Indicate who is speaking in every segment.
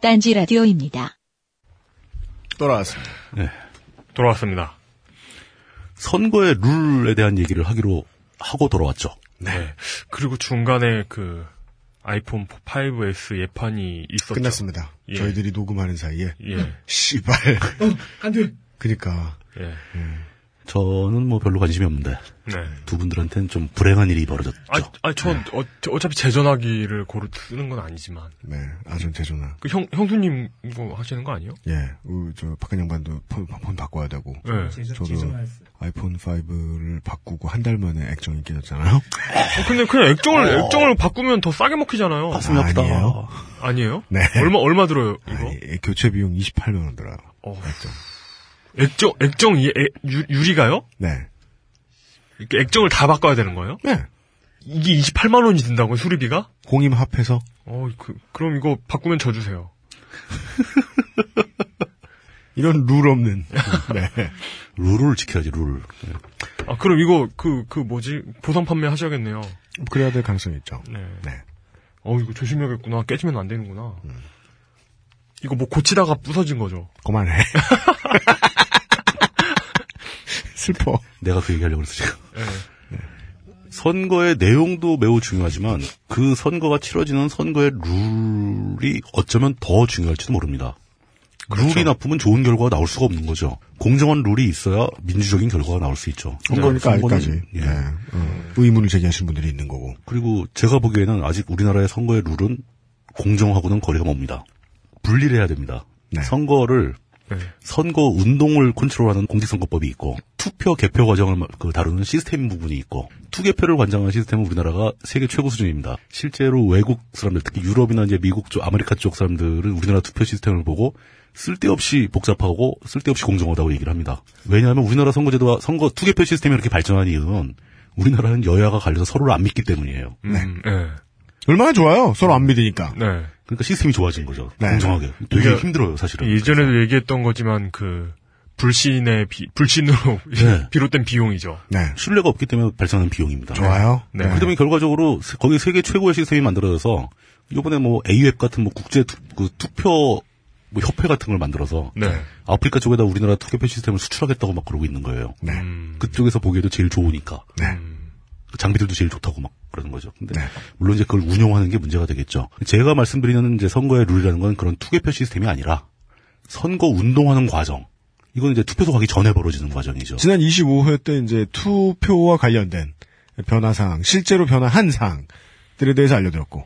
Speaker 1: 딴지 라디오입니다.
Speaker 2: 돌아왔습니다.
Speaker 3: 돌아왔습니다.
Speaker 4: 네. 선거의 룰에 대한 얘기를 하기로 하고 돌아왔죠.
Speaker 3: 네. 그리고 중간에 그 아이폰 5S 예판이 있었죠.
Speaker 2: 끝났습니다.
Speaker 3: 예. 어,
Speaker 2: 저희들이 녹음하는 사이에
Speaker 3: 예.
Speaker 2: 씨발.
Speaker 5: 안 돼.
Speaker 2: 그러니까
Speaker 3: 예.
Speaker 4: 저는 뭐 별로 관심이 없는데
Speaker 3: 네.
Speaker 4: 두 분들한테는 좀 불행한 일이 벌어졌죠.
Speaker 3: 아, 아, 전 어, 저 어차피 제 전화기를 고루 쓰는 건 아니지만
Speaker 2: 네 아전 제조나
Speaker 3: 그 형 형수님 이거 하시는 거 아니에요?
Speaker 2: 예저 박근영 반도 폰, 폰 바꿔야 되고
Speaker 3: 예.
Speaker 5: 제주
Speaker 2: 저도-
Speaker 5: 제주마이스.
Speaker 2: 아이폰 5를 바꾸고 한 달 만에 액정이 깨졌잖아요.
Speaker 3: 어, 근데 그냥 액정을 액정을 바꾸면 더 싸게 먹히잖아요.
Speaker 4: 가슴이 아프다.
Speaker 2: 아니에요.
Speaker 3: 아니에요?
Speaker 2: 네.
Speaker 3: 얼마 얼마 들어요 이거?
Speaker 2: 아니, 예, 교체 비용 28만 원 들어요.
Speaker 3: 어. 액정 액정 이 에- 유- 유리가요?
Speaker 2: 네.
Speaker 3: 이렇게 액정을 다 바꿔야 되는 거예요?
Speaker 2: 네.
Speaker 3: 이게 28만 원이 든다고 수리비가?
Speaker 2: 공임 합해서
Speaker 3: 어, 그, 그럼 이거 바꾸면 저 주세요.
Speaker 2: 이런 룰 없는. 네.
Speaker 4: 룰을 지켜야지 룰. 네.
Speaker 3: 아, 그럼 이거 그, 그 뭐지? 보상 판매 하셔야겠네요.
Speaker 2: 그래야 될 가능성이 있죠.
Speaker 3: 네.
Speaker 2: 네.
Speaker 3: 어, 이거 조심해야겠구나. 깨지면 안 되는구나. 이거 뭐 고치다가 부서진 거죠.
Speaker 2: 그만해. 슬퍼.
Speaker 4: 내가 그 얘기하려고 그래서 지금.
Speaker 3: 예. 네.
Speaker 4: 선거의 내용도 매우 중요하지만 그 선거가 치러지는 선거의 룰이 어쩌면 더 중요할지도 모릅니다.
Speaker 3: 그렇죠.
Speaker 4: 룰이 나쁘면 좋은 결과가 나올 수가 없는 거죠. 공정한 룰이 있어야 민주적인 결과가 나올 수 있죠.
Speaker 2: 그러니까
Speaker 4: 선거는-
Speaker 2: 아직까지
Speaker 4: 예.
Speaker 2: 네. 어, 의문을 제기하신 분들이 있는 거고.
Speaker 4: 그리고 제가 보기에는 아직 우리나라의 선거의 룰은 공정하고는 거리가 멉니다. 분리를 해야 됩니다.
Speaker 2: 네.
Speaker 4: 선거를
Speaker 3: 네.
Speaker 4: 선거 운동을 컨트롤하는 공직선거법이 있고 투표 개표 과정을 마- 그 다루는 시스템 부분이 있고 투개표를 관장하는 시스템은 우리나라가 세계 최고 수준입니다. 실제로 외국 사람들 특히 유럽이나 이제 미국 쪽 아메리카 쪽 사람들은 우리나라 투표 시스템을 보고 쓸데없이 복잡하고 쓸데없이 공정하다고 얘기를 합니다. 왜냐하면 우리나라 선거제도와 선거 투개표 시스템이 이렇게 발전한 이유는 우리나라는 여야가 갈려서 서로를 안 믿기 때문이에요.
Speaker 3: 음, 예.
Speaker 2: 얼마나 좋아요. 서로 안 믿으니까.
Speaker 3: 네.
Speaker 4: 그러니까 시스템이 좋아진 거죠.
Speaker 2: 네.
Speaker 4: 공정하게. 되게
Speaker 3: 이게-
Speaker 4: 힘들어요, 사실은.
Speaker 3: 네. 예전에도 얘기했던 거지만 그, 불신의 비, 불신으로
Speaker 4: 네.
Speaker 3: 비롯된 비용이죠.
Speaker 2: 네.
Speaker 4: 신뢰가 없기 때문에 발생하는 비용입니다.
Speaker 2: 좋아요.
Speaker 3: 네.
Speaker 4: 그 때문에 결과적으로 세- 거기 세계 최고의 시스템이 만들어져서 이번에 뭐 AWeb 같은 뭐 국제 투, 그 투표 뭐 협회 같은 걸 만들어서
Speaker 3: 네.
Speaker 4: 아프리카 쪽에다 우리나라 투표표 시스템을 수출하겠다고 막 그러고 있는 거예요.
Speaker 2: 네.
Speaker 3: 음,
Speaker 4: 그쪽에서 보기에도 제일 좋으니까 그
Speaker 2: 네.
Speaker 4: 장비들도 제일 좋다고 막 그러는 거죠. 근데
Speaker 2: 네.
Speaker 4: 물론 이제 그걸 운용하는 게 문제가 되겠죠. 제가 말씀드리는 이제 선거의 룰이라는 건 그런 투개표 시스템이 아니라 선거 운동하는 과정. 이건 이제 투표소 가기 전에 벌어지는 과정이죠.
Speaker 2: 지난 25회 때 이제 투표와 관련된 변화사항, 실제로 변화한 사항들에 대해서 알려드렸고,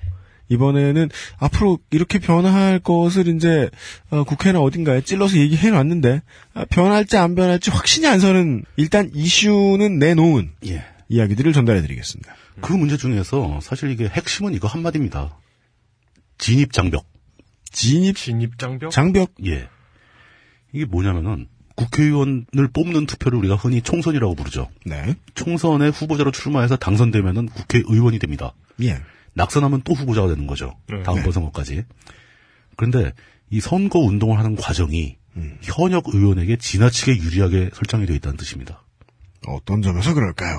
Speaker 2: 이번에는 앞으로 이렇게 변화할 것을 이제 어, 국회나 어딘가에 찔러서 얘기해 놨는데, 아, 변할지 안 변할지 확신이 안 서는 일단 이슈는 내놓은
Speaker 4: 예.
Speaker 2: 이야기들을 전달해 드리겠습니다.
Speaker 4: 그 문제 중에서 사실 이게 핵심은 이거 한마디입니다. 진입 장벽.
Speaker 2: 진입
Speaker 3: 진입장벽?
Speaker 2: 장벽,
Speaker 4: 예. 이게 뭐냐면은 국회의원을 뽑는 투표를 우리가 흔히 총선이라고 부르죠.
Speaker 2: 네,
Speaker 4: 총선에 후보자로 출마해서 당선되면은 국회의원이 됩니다.
Speaker 2: 예,
Speaker 4: 낙선하면 또 후보자가 되는 거죠.
Speaker 3: 네.
Speaker 4: 다음번 선거까지. 그런데 이 선거 운동을 하는 과정이
Speaker 3: 음.
Speaker 4: 현역 의원에게 지나치게 유리하게 설정이 되어 있다는 뜻입니다.
Speaker 2: 어떤 점에서 그럴까요?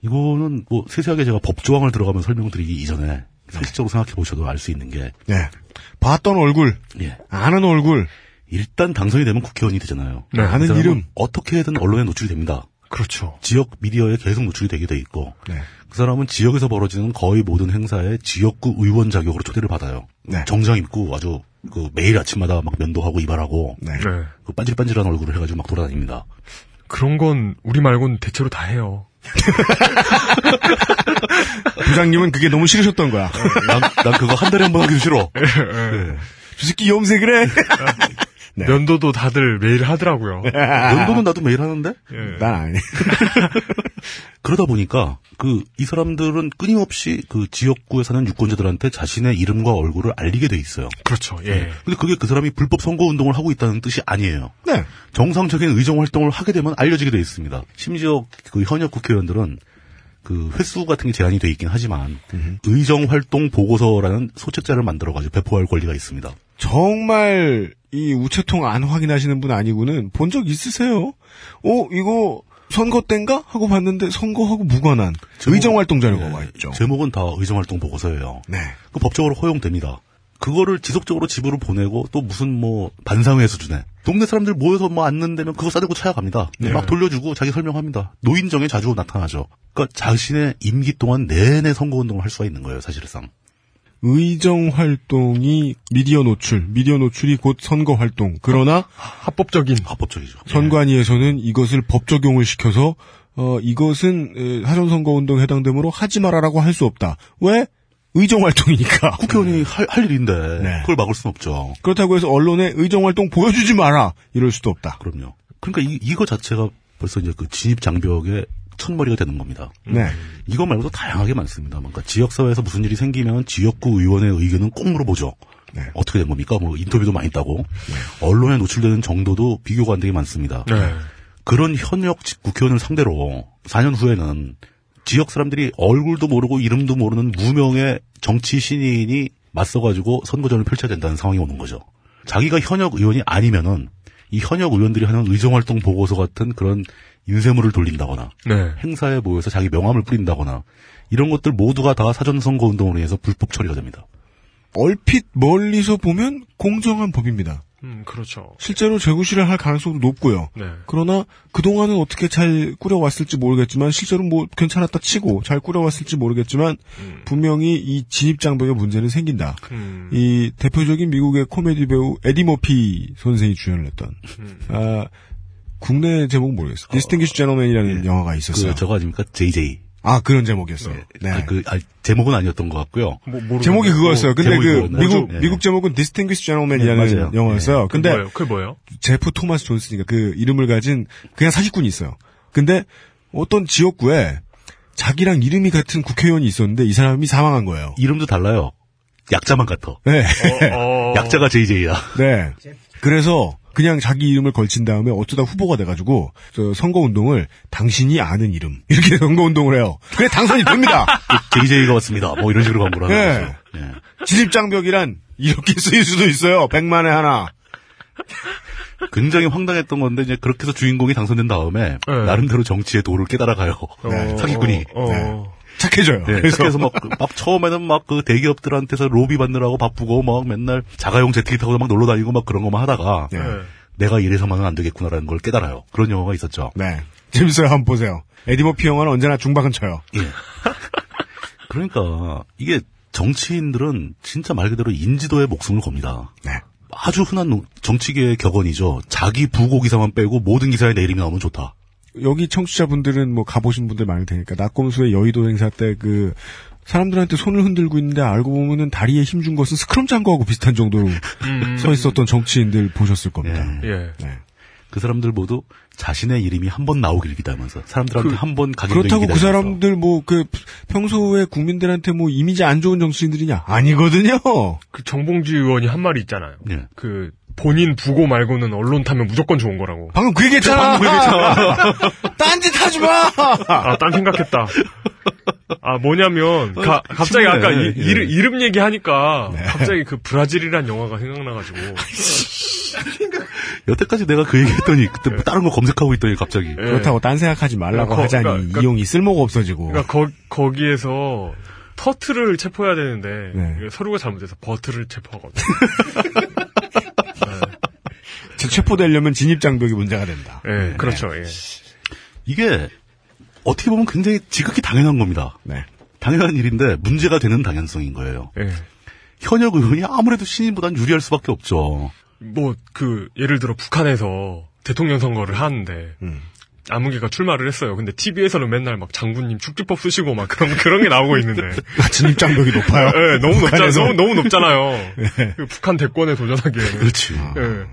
Speaker 4: 이거는 뭐 세세하게 제가 법 조항을 들어가면 설명드리기
Speaker 3: 네.
Speaker 4: 이전에 사실적으로 생각해 보셔도 알 수 있는 게
Speaker 2: 네, 봤던 얼굴,
Speaker 4: 예.
Speaker 2: 아는 얼굴,
Speaker 4: 일단 당선이 되면 국회의원이 되잖아요.
Speaker 3: 네,
Speaker 4: 그
Speaker 2: 아는
Speaker 4: 사람은
Speaker 2: 이름.
Speaker 4: 어떻게든 언론에 노출이 됩니다.
Speaker 3: 그렇죠.
Speaker 4: 지역 미디어에 계속 노출이 되게 돼 있고
Speaker 2: 네,
Speaker 4: 그 사람은 지역에서 벌어지는 거의 모든 행사에 지역구 의원 자격으로 초대를 받아요.
Speaker 2: 네.
Speaker 4: 정장 입고 아주 그 매일 아침마다 막 면도하고 이발하고
Speaker 2: 네,
Speaker 3: 네.
Speaker 4: 그 반질반질한 얼굴을 해가지고 막 돌아다닙니다.
Speaker 3: 그런 건 우리 말고는 대체로 다 해요.
Speaker 2: 부장님은 그게 너무 싫으셨던 거야.
Speaker 4: 난, 난 그거 한 달에 한 번 하기도 싫어.
Speaker 2: 네.
Speaker 4: 네.
Speaker 2: 저 새끼 염색을 해. 네.
Speaker 3: 면도도 다들 매일 하더라고요.
Speaker 4: 네. 면도는 그 나도 매일 하는데
Speaker 3: 예.
Speaker 2: 난 아니.
Speaker 4: 그러다 보니까 그 이 사람들은 끊임없이 그 지역구에 사는 유권자들한테 자신의 이름과 얼굴을 알리게 돼 있어요.
Speaker 3: 그렇죠. 예.
Speaker 4: 근데 그게 그 사람이 불법 선거 운동을 하고 있다는 뜻이 아니에요.
Speaker 2: 네.
Speaker 4: 정상적인 의정 활동을 하게 되면 알려지게 돼 있습니다. 심지어 그 현역 국회의원들은 그 횟수 같은 게 제한이 돼 있긴 하지만 의정 활동 보고서라는 소책자를 만들어 가지고 배포할 권리가 있습니다.
Speaker 2: 어. 정말 이 우체통 안 확인하시는 분 아니고는 본 적 있으세요? 어, 이거 선거 땐가? 하고 봤는데 선거하고 무관한
Speaker 4: 네.
Speaker 2: 의정활동 자료가 와 있죠.
Speaker 4: 제목은 다 의정 활동 보고서예요.
Speaker 2: 네.
Speaker 4: 그 법적으로 허용됩니다. 그거를 지속적으로 집으로 보내고 또 무슨 뭐 반상회 수준에 동네 사람들 모여서 뭐 앉는 데면 그거 싸들고 찾아갑니다.
Speaker 2: 네.
Speaker 4: 근데 막 돌려주고 자기 설명합니다. 노인정에 자주 나타나죠. 그러니까 자신의 임기 동안 내내 선거운동을 할 수가 있는 거예요, 사실상.
Speaker 2: 의정 활동이 미디어 노출, 미디어 노출이 곧 선거 활동. 그러나
Speaker 3: 합법적인
Speaker 4: 합법적이죠.
Speaker 2: 선관위에서는 이것을 법 적용을 시켜서 어 이것은 하선 선거 운동 해당되므로 하지 말아라고 할 수 없다. 왜? 의정 활동이니까.
Speaker 4: 예. 국회의원이 할, 할 일인데
Speaker 2: 네.
Speaker 4: 그걸 막을 수는 없죠.
Speaker 2: 그렇다고 해서 언론에 의정 활동 보여주지 마라 이럴 수도 없다.
Speaker 4: 그럼요. 그러니까 이, 이거 자체가 벌써 이제 그 진입 장벽의 첫머리가 되는 겁니다.
Speaker 2: 네.
Speaker 4: 이거 말고도 다양하게 많습니다. 그러니까 지역사회에서 무슨 일이 생기면 지역구 의원의 의견은 꼭 물어보죠.
Speaker 2: 네.
Speaker 4: 어떻게 된 겁니까? 뭐 인터뷰도 많이 따고 언론에 노출되는 정도도 비교가 안 되게 많습니다.
Speaker 3: 네.
Speaker 4: 그런 현역 직- 국회의원을 상대로 4년 후에는 지역 사람들이 얼굴도 모르고 이름도 모르는 무명의 정치 신인이 맞서가지고 선거전을 펼쳐야 된다는 상황이 오는 거죠. 자기가 현역 의원이 아니면은 이 현역 의원들이 하는 의정활동 보고서 같은 그런 인쇄물을 돌린다거나
Speaker 3: 네.
Speaker 4: 행사에 모여서 자기 명함을 뿌린다거나 이런 것들 모두가 다 사전 선거 운동으로 인해서 불법 처리가 됩니다.
Speaker 2: 얼핏 멀리서 보면 공정한 법입니다.
Speaker 3: 음, 그렇죠.
Speaker 2: 실제로 재구시를 할 가능성도 높고요.
Speaker 3: 네.
Speaker 2: 그러나 그동안은 어떻게 잘 꾸려왔을지 모르겠지만 실제로 뭐 괜찮았다 치고 잘 꾸려왔을지 모르겠지만 분명히 이 진입장벽의 문제는 생긴다.
Speaker 3: 음,
Speaker 2: 이 대표적인 미국의 코미디 배우 에디 머피 선생이 주연을 했던
Speaker 3: 음.
Speaker 2: 아, 국내 제목 모르겠어. 디스팅기시 제너맨이라는 영화가 있었어요.
Speaker 4: 그 저거 아닙니까? JJ.
Speaker 2: 아 그런 제목이었어요. 네.
Speaker 4: 아, 그 아, 제목은 아니었던 것 같고요.
Speaker 3: 뭐, 모르겠
Speaker 2: 제목이 그거였어요. 근데
Speaker 4: 제목이
Speaker 2: 그
Speaker 4: 그거였나요?
Speaker 2: 미국
Speaker 4: 네.
Speaker 2: 미국 제목은 디스팅기시
Speaker 4: 네,
Speaker 2: 제너맨이라는
Speaker 4: 맞아요.
Speaker 2: 영화였어요. 근데
Speaker 3: 근데 뭐예요? 그게 뭐예요?
Speaker 2: 제프 토마스 존슨이가 그 이름을 가진 그냥 사기꾼이 있어요. 근데 어떤 지역구에 자기랑 이름이 같은 국회의원이 있었는데 이 사람이 사망한 거예요.
Speaker 4: 이름도 달라요. 약자만 같아.
Speaker 2: 네.
Speaker 3: 어,
Speaker 4: 약자가 JJ야.
Speaker 2: 네. 그래서 그냥 자기 이름을 걸친 다음에 어쩌다 후보가 돼가지고 저 선거운동을 당신이 아는 이름 이렇게 선거운동을 해요. 그래 당선이 됩니다.
Speaker 4: JJ가 왔습니다. 뭐 이런 식으로 광고를 하는
Speaker 2: 네.
Speaker 4: 거죠. 예.
Speaker 2: 진입장벽이란 이렇게 쓰일 수도 있어요. 백만에 하나.
Speaker 4: 굉장히 황당했던 건데 이제 그렇게 해서 주인공이 당선된 다음에
Speaker 3: 네.
Speaker 4: 나름대로 정치의 도를 깨달아 가요.
Speaker 3: 어,
Speaker 4: 사기꾼이.
Speaker 3: 어,
Speaker 2: 네. 착해져요.
Speaker 4: 네,
Speaker 2: 그래서
Speaker 4: 그래서 막, 그- 막 처음에는 막 그 대기업들한테서 로비 받느라고 바쁘고 막 맨날 자가용 제트기 타고 막 놀러 다니고 막 그런 것만 하다가
Speaker 2: 네.
Speaker 3: 네.
Speaker 4: 내가 이래서만은 안 되겠구나라는 걸 깨달아요. 그런 영화가 있었죠.
Speaker 2: 네. 재밌어요. 한번 보세요. 에디머피 영화는 언제나 중박은 쳐요.
Speaker 4: 그러니까 이게 정치인들은 진짜 말 그대로 인지도에 목숨을 겁니다.
Speaker 2: 네.
Speaker 4: 아주 흔한 노- 정치계의 격언이죠. 자기 부고 기사만 빼고 모든 기사에 내 이름이 나오면 좋다.
Speaker 2: 여기 청취자분들은 뭐 가보신 분들 많을 테니까 낙검수의 여의도 행사 때 그 사람들한테 손을 흔들고 있는데 알고 보면은 다리에 힘 준 것은 스크럼 장거하고 비슷한 정도로 서 있었던 정치인들 보셨을 겁니다.
Speaker 4: 예.
Speaker 3: 예.
Speaker 2: 네.
Speaker 4: 그 사람들 모두 자신의 이름이 한 번 나오길 기다면서 사람들한테 한 번 가기를
Speaker 2: 그렇다고 그
Speaker 4: 기다리면서.
Speaker 2: 사람들 뭐 그 평소에 국민들한테 뭐 이미지 안 좋은 정치인들이냐 아니거든요.
Speaker 3: 그 정봉주 의원이 한 말이 있잖아요.
Speaker 4: 예.
Speaker 3: 그 본인 부고 말고는 언론 타면 무조건 좋은 거라고.
Speaker 2: 방금 그 얘기했잖아. 딴짓 하지 마.
Speaker 3: 아, 딴 생각했다. 아, 뭐냐면, 가- 갑자기
Speaker 4: 친구네.
Speaker 3: 아까 이,
Speaker 4: 예.
Speaker 3: 이름, 이름 얘기하니까, 갑자기 그 브라질이란 영화가 생각나가지고,
Speaker 4: 여태까지 내가 그 얘기했더니 그때
Speaker 2: 네.
Speaker 4: 뭐 다른 거 검색하고 있더니 갑자기
Speaker 3: 예.
Speaker 2: 그렇다고 딴 생각하지 말라고
Speaker 3: 그러니까,
Speaker 2: 하자니
Speaker 3: 그러니까, 그러니까.
Speaker 2: 이용이 쓸모가 없어지고.
Speaker 3: 그러니까 거, 거기에서 터트를 체포해야 되는데
Speaker 2: 네.
Speaker 3: 이게 서류가 잘못돼서 버트를 체포하거든.
Speaker 2: 체포되려면 진입장벽이 문제가 된다.
Speaker 3: 예, 그렇죠. 예.
Speaker 4: 이게 어떻게 보면 굉장히 지극히 당연한 겁니다.
Speaker 2: 네.
Speaker 4: 당연한 일인데 문제가 되는 당연성인 거예요.
Speaker 3: 예.
Speaker 4: 현역 의원이 아무래도 신인보단 유리할 수밖에 없죠.
Speaker 3: 뭐 그 예를 들어 북한에서 대통령 선거를 하는데 아무개가 출마를 했어요. 근데 TV에서는 맨날 막 장군님 축지법 쓰시고 막 그런 그런 게 나오고 있는데.
Speaker 2: 아, 진입장벽이 높아요.
Speaker 3: 예, 너무 높잖아요.
Speaker 2: 북한에서.
Speaker 3: 너무, 너무 높잖아요. 그 북한 대권에 도전하기에는.
Speaker 4: 그렇지.
Speaker 3: 예.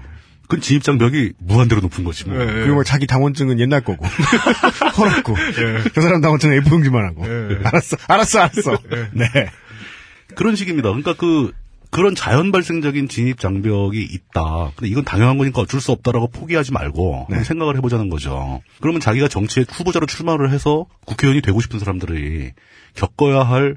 Speaker 4: 그 진입장벽이 무한대로 높은 거지 뭐.
Speaker 3: 예, 예.
Speaker 2: 네. 그리고 자기 당원증은 옛날 거고 허락고 저 사람 당원증은 A포용지만 하고
Speaker 3: 예.
Speaker 2: 알았어 알았어 알았어 네
Speaker 4: 그런 식입니다. 그러니까 그 그런 자연 발생적인 진입 장벽이 있다. 근데 이건 당연한 거니까 어쩔 수 없다라고 포기하지 말고 한번 생각을 해보자는 거죠. 그러면 자기가 정치에 후보자로 출마를 해서 국회의원이 되고 싶은 사람들이 겪어야 할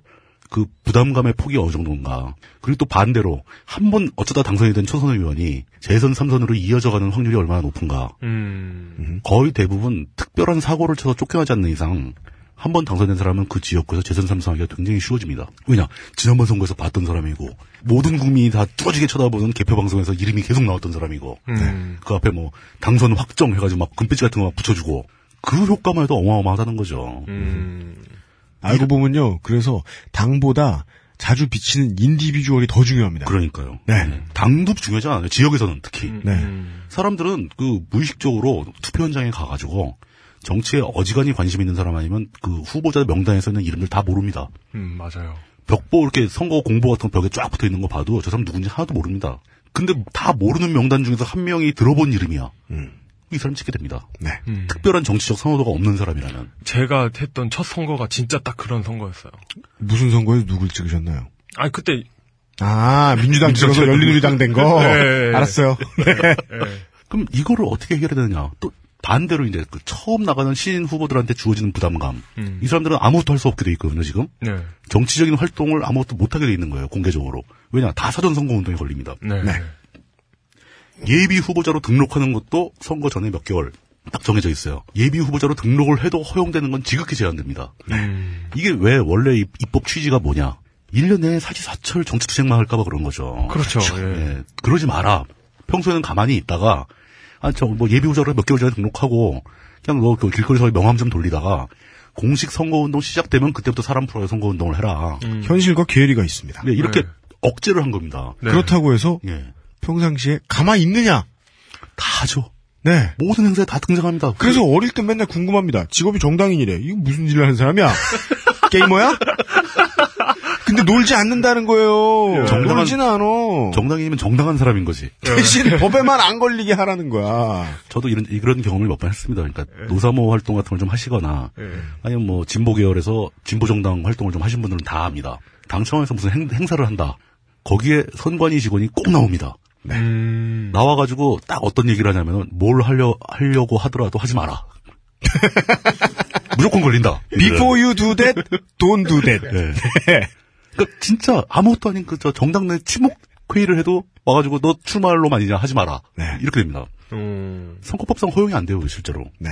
Speaker 4: 그 부담감의 폭이 어느 정도인가. 그리고 또 반대로 한 번 어쩌다 당선이 된 초선 의원이 재선 삼선으로 이어져가는 확률이 얼마나 높은가.
Speaker 3: 음.
Speaker 4: 거의 대부분 특별한 사고를 쳐서 쫓겨나지 않는 이상 한 번 당선된 사람은 그 지역구에서 재선 삼성하기가 굉장히 쉬워집니다. 왜냐? 지난번 선거에서 봤던 사람이고 모든 국민이 다 뚫어지게 쳐다보는 개표 방송에서 이름이 계속 나왔던 사람이고
Speaker 3: 음.
Speaker 4: 그 앞에 뭐 당선 확정 해가지고 막 금빛 같은 거 막 붙여주고 그 효과만 해도 어마어마하다는 거죠.
Speaker 3: 음.
Speaker 2: 알고 보면요. 그래서 당보다 자주 비치는 인디비주얼이 더 중요합니다.
Speaker 4: 그러니까요.
Speaker 2: 네.
Speaker 4: 당도 중요하지 않아요. 지역에서는 특히.
Speaker 2: 네.
Speaker 3: 음.
Speaker 4: 사람들은 그 무의식적으로 투표 현장에 가가지고 정치에 어지간히 관심 있는 사람 아니면 그 후보자 명단에 써 있는 이름들 다 모릅니다.
Speaker 3: 음, 맞아요.
Speaker 4: 벽보 이렇게 선거 공보 같은 거 벽에 쫙 붙어 있는 거 봐도 저 사람 누군지 하나도 모릅니다. 근데 다 모르는 명단 중에서 한 명이 들어본 이름이야.
Speaker 2: 음.
Speaker 4: 이 사람 찍게 됩니다.
Speaker 2: 네.
Speaker 3: 음.
Speaker 4: 특별한 정치적 선호도가 없는 사람이라면
Speaker 3: 제가 했던 첫 선거가 진짜 딱 그런 선거였어요.
Speaker 2: 무슨 선거에서 누굴 찍으셨나요?
Speaker 3: 아니, 그때,
Speaker 2: 아, 민주당
Speaker 4: 민주당
Speaker 2: 찍어서 열린우리당 된 거?
Speaker 3: 네.
Speaker 2: 알았어요.
Speaker 3: 예.
Speaker 4: 그럼 이거를 어떻게 해결해야 되느냐? 또 반대로 이제 그 처음 나가는 신인 후보들한테 주어지는 부담감.
Speaker 3: 음.
Speaker 4: 이 사람들은 아무것도 할 수 없게 돼 있거든요. 지금
Speaker 3: 네.
Speaker 4: 정치적인 활동을 아무것도 못하게 돼 있는 거예요. 공개적으로 왜냐 다 사전 선거 운동에 걸립니다.
Speaker 3: 네.
Speaker 2: 네.
Speaker 4: 예비 후보자로 등록하는 것도 선거 전에 몇 개월 딱 정해져 있어요. 예비 후보자로 등록을 해도 허용되는 건 지극히 제한됩니다.
Speaker 3: 음.
Speaker 4: 이게 왜 원래 이 입법 취지가 뭐냐? 1년 내에 사치사철 정치 투쟁만 할까봐 그런 거죠.
Speaker 3: 그렇죠. 예.
Speaker 4: 예, 그러지 마라. 평소에는 가만히 있다가 아 저 뭐 예비 후보자로 몇 개월 전에 등록하고 그냥 뭐 너그 길거리에서 명함 좀 돌리다가 공식 선거운동 시작되면 그때부터 사람 풀어야 선거운동을 해라.
Speaker 3: 음.
Speaker 2: 현실과 괴리가 있습니다.
Speaker 4: 네, 이렇게
Speaker 3: 네.
Speaker 4: 억제를 한 겁니다.
Speaker 3: 네.
Speaker 2: 그렇다고 해서
Speaker 4: 예,
Speaker 2: 평상시에 가만히 있느냐?
Speaker 4: 다 하죠.
Speaker 2: 네.
Speaker 4: 모든 행사에 다 등장합니다.
Speaker 2: 그래서 어릴 때 맨날 궁금합니다. 직업이 정당인이래. 이거 무슨 일을 하는 사람이야? 게이머야? 근데 놀지 않는다는 거예요.
Speaker 3: 예.
Speaker 2: 정당한...
Speaker 4: 정당한-
Speaker 2: 놀지는 않아. 예.
Speaker 4: 정당인이면 정당한 사람인 거지.
Speaker 2: 대신 법에만 안 걸리게 하라는 거야.
Speaker 4: 저도 이런 이런 경험을 몇 번 했습니다. 그러니까 노사모 활동 같은 걸 좀 하시거나
Speaker 3: 예.
Speaker 4: 아니면 뭐 진보 계열에서 진보 정당 활동을 좀 하신 분들은 다 압니다. 당 차원에서 무슨 행, 사를 한다. 거기에 선관위 직원이 꼭 나옵니다.
Speaker 2: 네.
Speaker 3: 음.
Speaker 4: 나와가지고 딱 어떤 얘기를 하냐면 뭘 하려 하려고 하더라도 하지 마라. 무조건 걸린다.
Speaker 2: Before you do that, don't do that.
Speaker 4: 예. 그러니까 진짜 아무것도 아닌 그 저 정당 내 취목 회의를 해도 와가지고 너 출마할로만 이냐 하지 마라.
Speaker 2: 네.
Speaker 4: 이렇게 됩니다.
Speaker 3: 음.
Speaker 4: 선거법상 허용이 안 돼요 실제로.
Speaker 2: 네.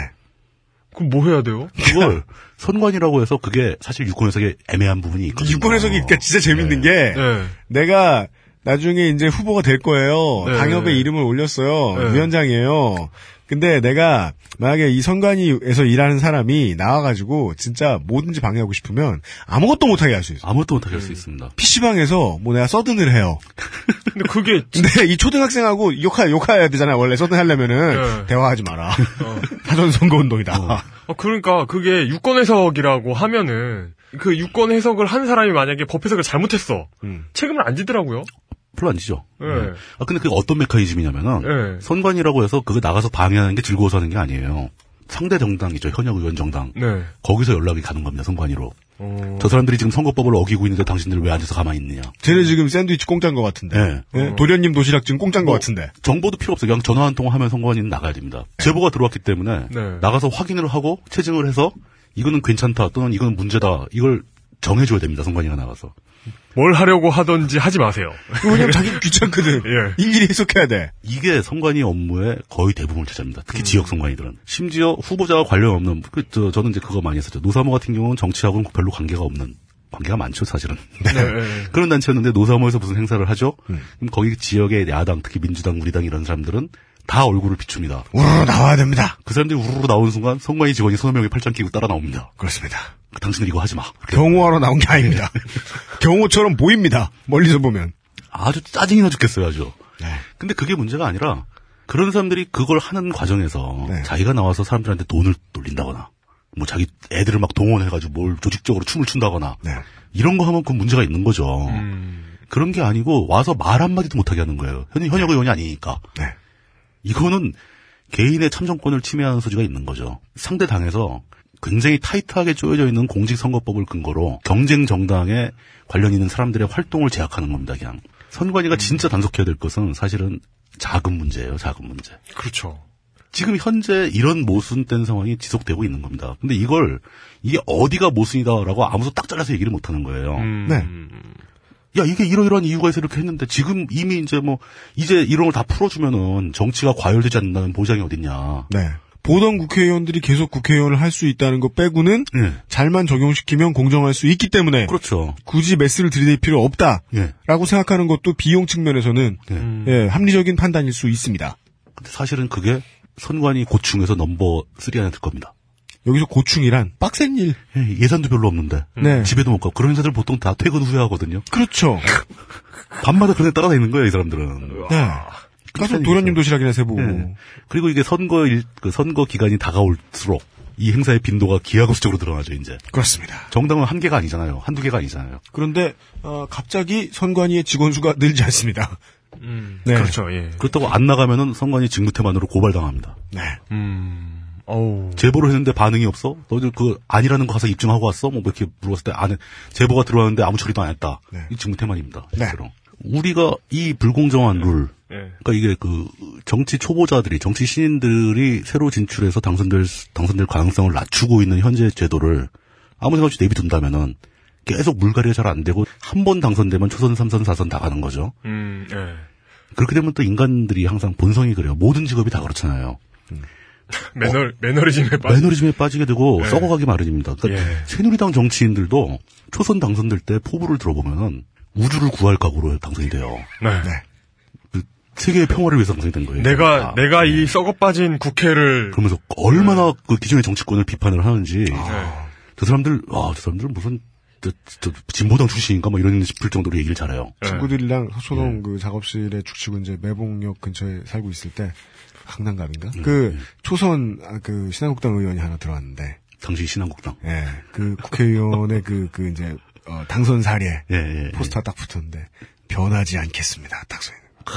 Speaker 3: 그럼 뭐 해야 돼요?
Speaker 4: 그걸 선관이라고 해서 그게 사실 유권 해석의 애매한 부분이 있거든요.
Speaker 2: 유권 해석이 그러니까 진짜 재밌는 게
Speaker 3: 네.
Speaker 2: 내가 나중에 이제 후보가 될 거예요.
Speaker 3: 네.
Speaker 2: 당협에 이름을 올렸어요.
Speaker 3: 네.
Speaker 2: 위원장이에요. 근데 내가 만약에 이 선관위에서 일하는 사람이 나와가지고 진짜 뭐든지 방해하고 싶으면 아무것도 못하게 할 수 있어.
Speaker 4: 아무것도 못하게 할 수 있습니다.
Speaker 2: PC방에서 뭐 내가 서든을 해요.
Speaker 3: 근데 그게,
Speaker 2: 근데 이 초등학생하고 욕하, 욕해야 되잖아요. 원래 서든 하려면은
Speaker 3: 네.
Speaker 2: 대화하지 마라. 어.
Speaker 3: 어.
Speaker 2: 사전 선거운동이다.
Speaker 3: 아, 그러니까 그게 유권 해석이라고 하면은 그 유권 해석을 한 사람이 만약에 법 해석을 잘못했어.
Speaker 2: 음.
Speaker 3: 책임을 안 지더라고요.
Speaker 4: 별로 안 지죠.
Speaker 3: 예.
Speaker 4: 네. 아 근데 그게 어떤 메커니즘이냐면은
Speaker 3: 예.
Speaker 4: 선관이라고 해서 그거 나가서 방해하는 게 즐거워서 하는 게 아니에요. 상대 정당이죠. 현역 의원 정당.
Speaker 3: 네.
Speaker 4: 거기서 연락이 가는 겁니다. 선관위로.
Speaker 3: 어.
Speaker 4: 저 사람들이 지금 선거법을 어기고 있는데 당신들 왜 앉아서 가만히 있느냐.
Speaker 2: 쟤네 지금 샌드위치 공짜인 것 같은데.
Speaker 4: 네.
Speaker 2: 예? 도련님 도시락 지금 공짜인 것 같은데.
Speaker 4: 정보도 필요 없어요. 그냥 전화 한 통 하면 선관위는 나가야 됩니다. 제보가 들어왔기 때문에
Speaker 3: 네.
Speaker 4: 나가서 확인을 하고 체증을 해서 이거는 괜찮다 또는 이거는 문제다 이걸 정해줘야 됩니다. 선관위가 나가서.
Speaker 3: 뭘 하려고 하던지 하지 마세요.
Speaker 2: 왜냐면 자기 귀찮거든.
Speaker 3: 예.
Speaker 2: 일일이 해석해야 돼.
Speaker 4: 이게 선관위 업무의 거의 대부분을 차지합니다. 특히 지역 선관위들은. 심지어 후보자와 관련 없는, 그, 저, 저는 이제 그거 많이 했었죠. 노사모 같은 경우는 정치하고는 별로 관계가 없는, 관계가 많죠, 사실은.
Speaker 3: 네. 예.
Speaker 4: 그런 단체였는데 노사모에서 무슨 행사를 하죠? 그럼 거기 지역의 야당, 특히 민주당, 우리당 이런 사람들은 다 얼굴을 비춥니다.
Speaker 2: 우르르 나와야 됩니다.
Speaker 4: 그 사람들이 우르르 나오는 순간 선관위 직원이 서너 명이 팔짱 끼고 따라 나옵니다.
Speaker 2: 그렇습니다.
Speaker 4: 당신들 이거 하지 마. 이렇게
Speaker 2: 경호하러 나온 게 아닙니다. 경호처럼 보입니다. 멀리서 보면.
Speaker 4: 아주 짜증이 나 죽겠어요, 아주.
Speaker 2: 네.
Speaker 4: 근데 그게 문제가 아니라 그런 사람들이 그걸 하는 과정에서
Speaker 2: 네.
Speaker 4: 자기가 나와서 사람들한테 돈을 돌린다거나 뭐 자기 애들을 막 동원해가지고 뭘 조직적으로 춤을 춘다거나
Speaker 2: 네.
Speaker 4: 이런 거 하면 그 문제가 있는 거죠.
Speaker 3: 음.
Speaker 4: 그런 게 아니고 와서 말 한마디도 못하게 하는 거예요. 현, 현역 의원이 아니니까.
Speaker 2: 네.
Speaker 4: 이거는 개인의 참정권을 침해하는 소지가 있는 거죠. 상대 당에서 굉장히 타이트하게 쪼여져 있는 공직선거법을 근거로 경쟁 정당에 관련 있는 사람들의 활동을 제약하는 겁니다, 그냥. 선관위가 진짜 단속해야 될 것은 사실은 작은 문제예요, 작은 문제.
Speaker 3: 그렇죠.
Speaker 4: 지금 현재 이런 모순된 상황이 지속되고 있는 겁니다. 근데 이걸, 이게 어디가 모순이다라고 아무도 딱 잘라서 얘기를 못 하는 거예요.
Speaker 3: 음.
Speaker 2: 네.
Speaker 4: 야, 이게 이러이러한 이유가 있어 이렇게 했는데 지금 이미 이제 뭐, 이제 이런 걸 다 풀어주면은 정치가 과열되지 않는다는 보장이 어딨냐.
Speaker 2: 네. 보던 국회의원들이 계속 국회의원을 할 수 있다는 것 빼고는
Speaker 4: 예.
Speaker 2: 잘만 적용시키면 공정할 수 있기 때문에
Speaker 4: 그렇죠.
Speaker 2: 굳이 매스를 들이댈 필요 없다라고
Speaker 4: 예.
Speaker 2: 생각하는 것도 비용 측면에서는
Speaker 4: 예.
Speaker 3: 음.
Speaker 2: 예, 합리적인 판단일 수 있습니다.
Speaker 4: 근데 사실은 그게 선관위 고충에서 넘버 3 안에 들 겁니다.
Speaker 2: 여기서 고충이란 빡센 일.
Speaker 4: 예, 예산도 별로 없는데
Speaker 2: 네.
Speaker 4: 집에도 못 가고 그런 회사들 보통 다 퇴근 후에 하거든요.
Speaker 2: 그렇죠.
Speaker 4: 밤마다 그런 데 따라다니는 거예요, 이 사람들은.
Speaker 2: 네. 가서 도련님 도시락이나 세보고.
Speaker 4: 예. 그리고 이게 선거 일, 그 선거 기간이 다가올수록 이 행사의 빈도가 기하급수적으로 늘어나죠, 이제.
Speaker 2: 그렇습니다.
Speaker 4: 정당은 한 개가 아니잖아요. 한두 개가 아니잖아요.
Speaker 2: 그런데 어, 갑자기 선관위의 직원 수가 늘지 않습니다.
Speaker 3: 음.
Speaker 2: 네.
Speaker 3: 그렇죠. 예.
Speaker 4: 그렇다고 안 나가면은 선관위 직무태만으로 고발당합니다.
Speaker 2: 네.
Speaker 3: 음. 어우.
Speaker 4: 제보를 했는데 반응이 없어? 너희들 그 아니라는 거 가서 입증하고 왔어? 뭐 이렇게 물어봤을 때 안, 해. 제보가 들어왔는데 아무 처리도 안 했다.
Speaker 2: 네.
Speaker 4: 이 직무태만입니다.
Speaker 2: 네.
Speaker 4: 실제로. 우리가 이 불공정한 룰,
Speaker 3: 예.
Speaker 4: 그러니까 이게 그 정치 초보자들이 정치 신인들이 새로 진출해서 당선될 수- 당선될 가능성을 낮추고 있는 현재 제도를 아무 생각 없이 내비둔다면은 계속 물갈이가 잘 안 되고 한 번 당선되면 초선, 삼선, 사선 나가는 거죠.
Speaker 3: 음. 예.
Speaker 4: 그렇게 되면 또 인간들이 항상 본성이 그래요. 모든 직업이 다 그렇잖아요.
Speaker 3: 매너 매너리즘에 빠져.
Speaker 4: 매너리즘에 빠지게 되고
Speaker 3: 예.
Speaker 4: 썩어가기 마련입니다. 그러니까
Speaker 3: 예.
Speaker 4: 새누리당 정치인들도 초선 당선될 때 포부를 들어보면은 우주를 구할 각오로 당선이 돼요.
Speaker 3: 네.
Speaker 2: 네.
Speaker 4: 그 세계의 평화를 위해서 당선이 된 거예요.
Speaker 3: 내가
Speaker 4: 아.
Speaker 3: 내가 이 예. 썩어 빠진 국회를
Speaker 4: 그러면서 뭐. 얼마나 그 기존의 정치권을 비판을 하는지
Speaker 3: 예.
Speaker 4: 아. 저 사람들 와 저 사람들은 무슨 저, 저 진보당 출신인가 뭐 이런 싶을 정도로 얘기를 잘해요.
Speaker 3: 예.
Speaker 2: 친구들이랑 서초동
Speaker 4: 네.
Speaker 2: 그 작업실에 죽치고 이제 매봉역 근처에 살고 있을 때 강남갑인가?
Speaker 4: 음.
Speaker 2: 그 초선 아, 그 신한국당 의원이 하나 들어왔는데,
Speaker 4: 당시 신한국당.
Speaker 2: 예, 그 국회의원의 그, 그 이제 어, 당선 사례
Speaker 4: 예, 예. 포스터.
Speaker 2: 포스터 딱 붙었는데 변하지 않겠습니다. 딱 써 있는 거.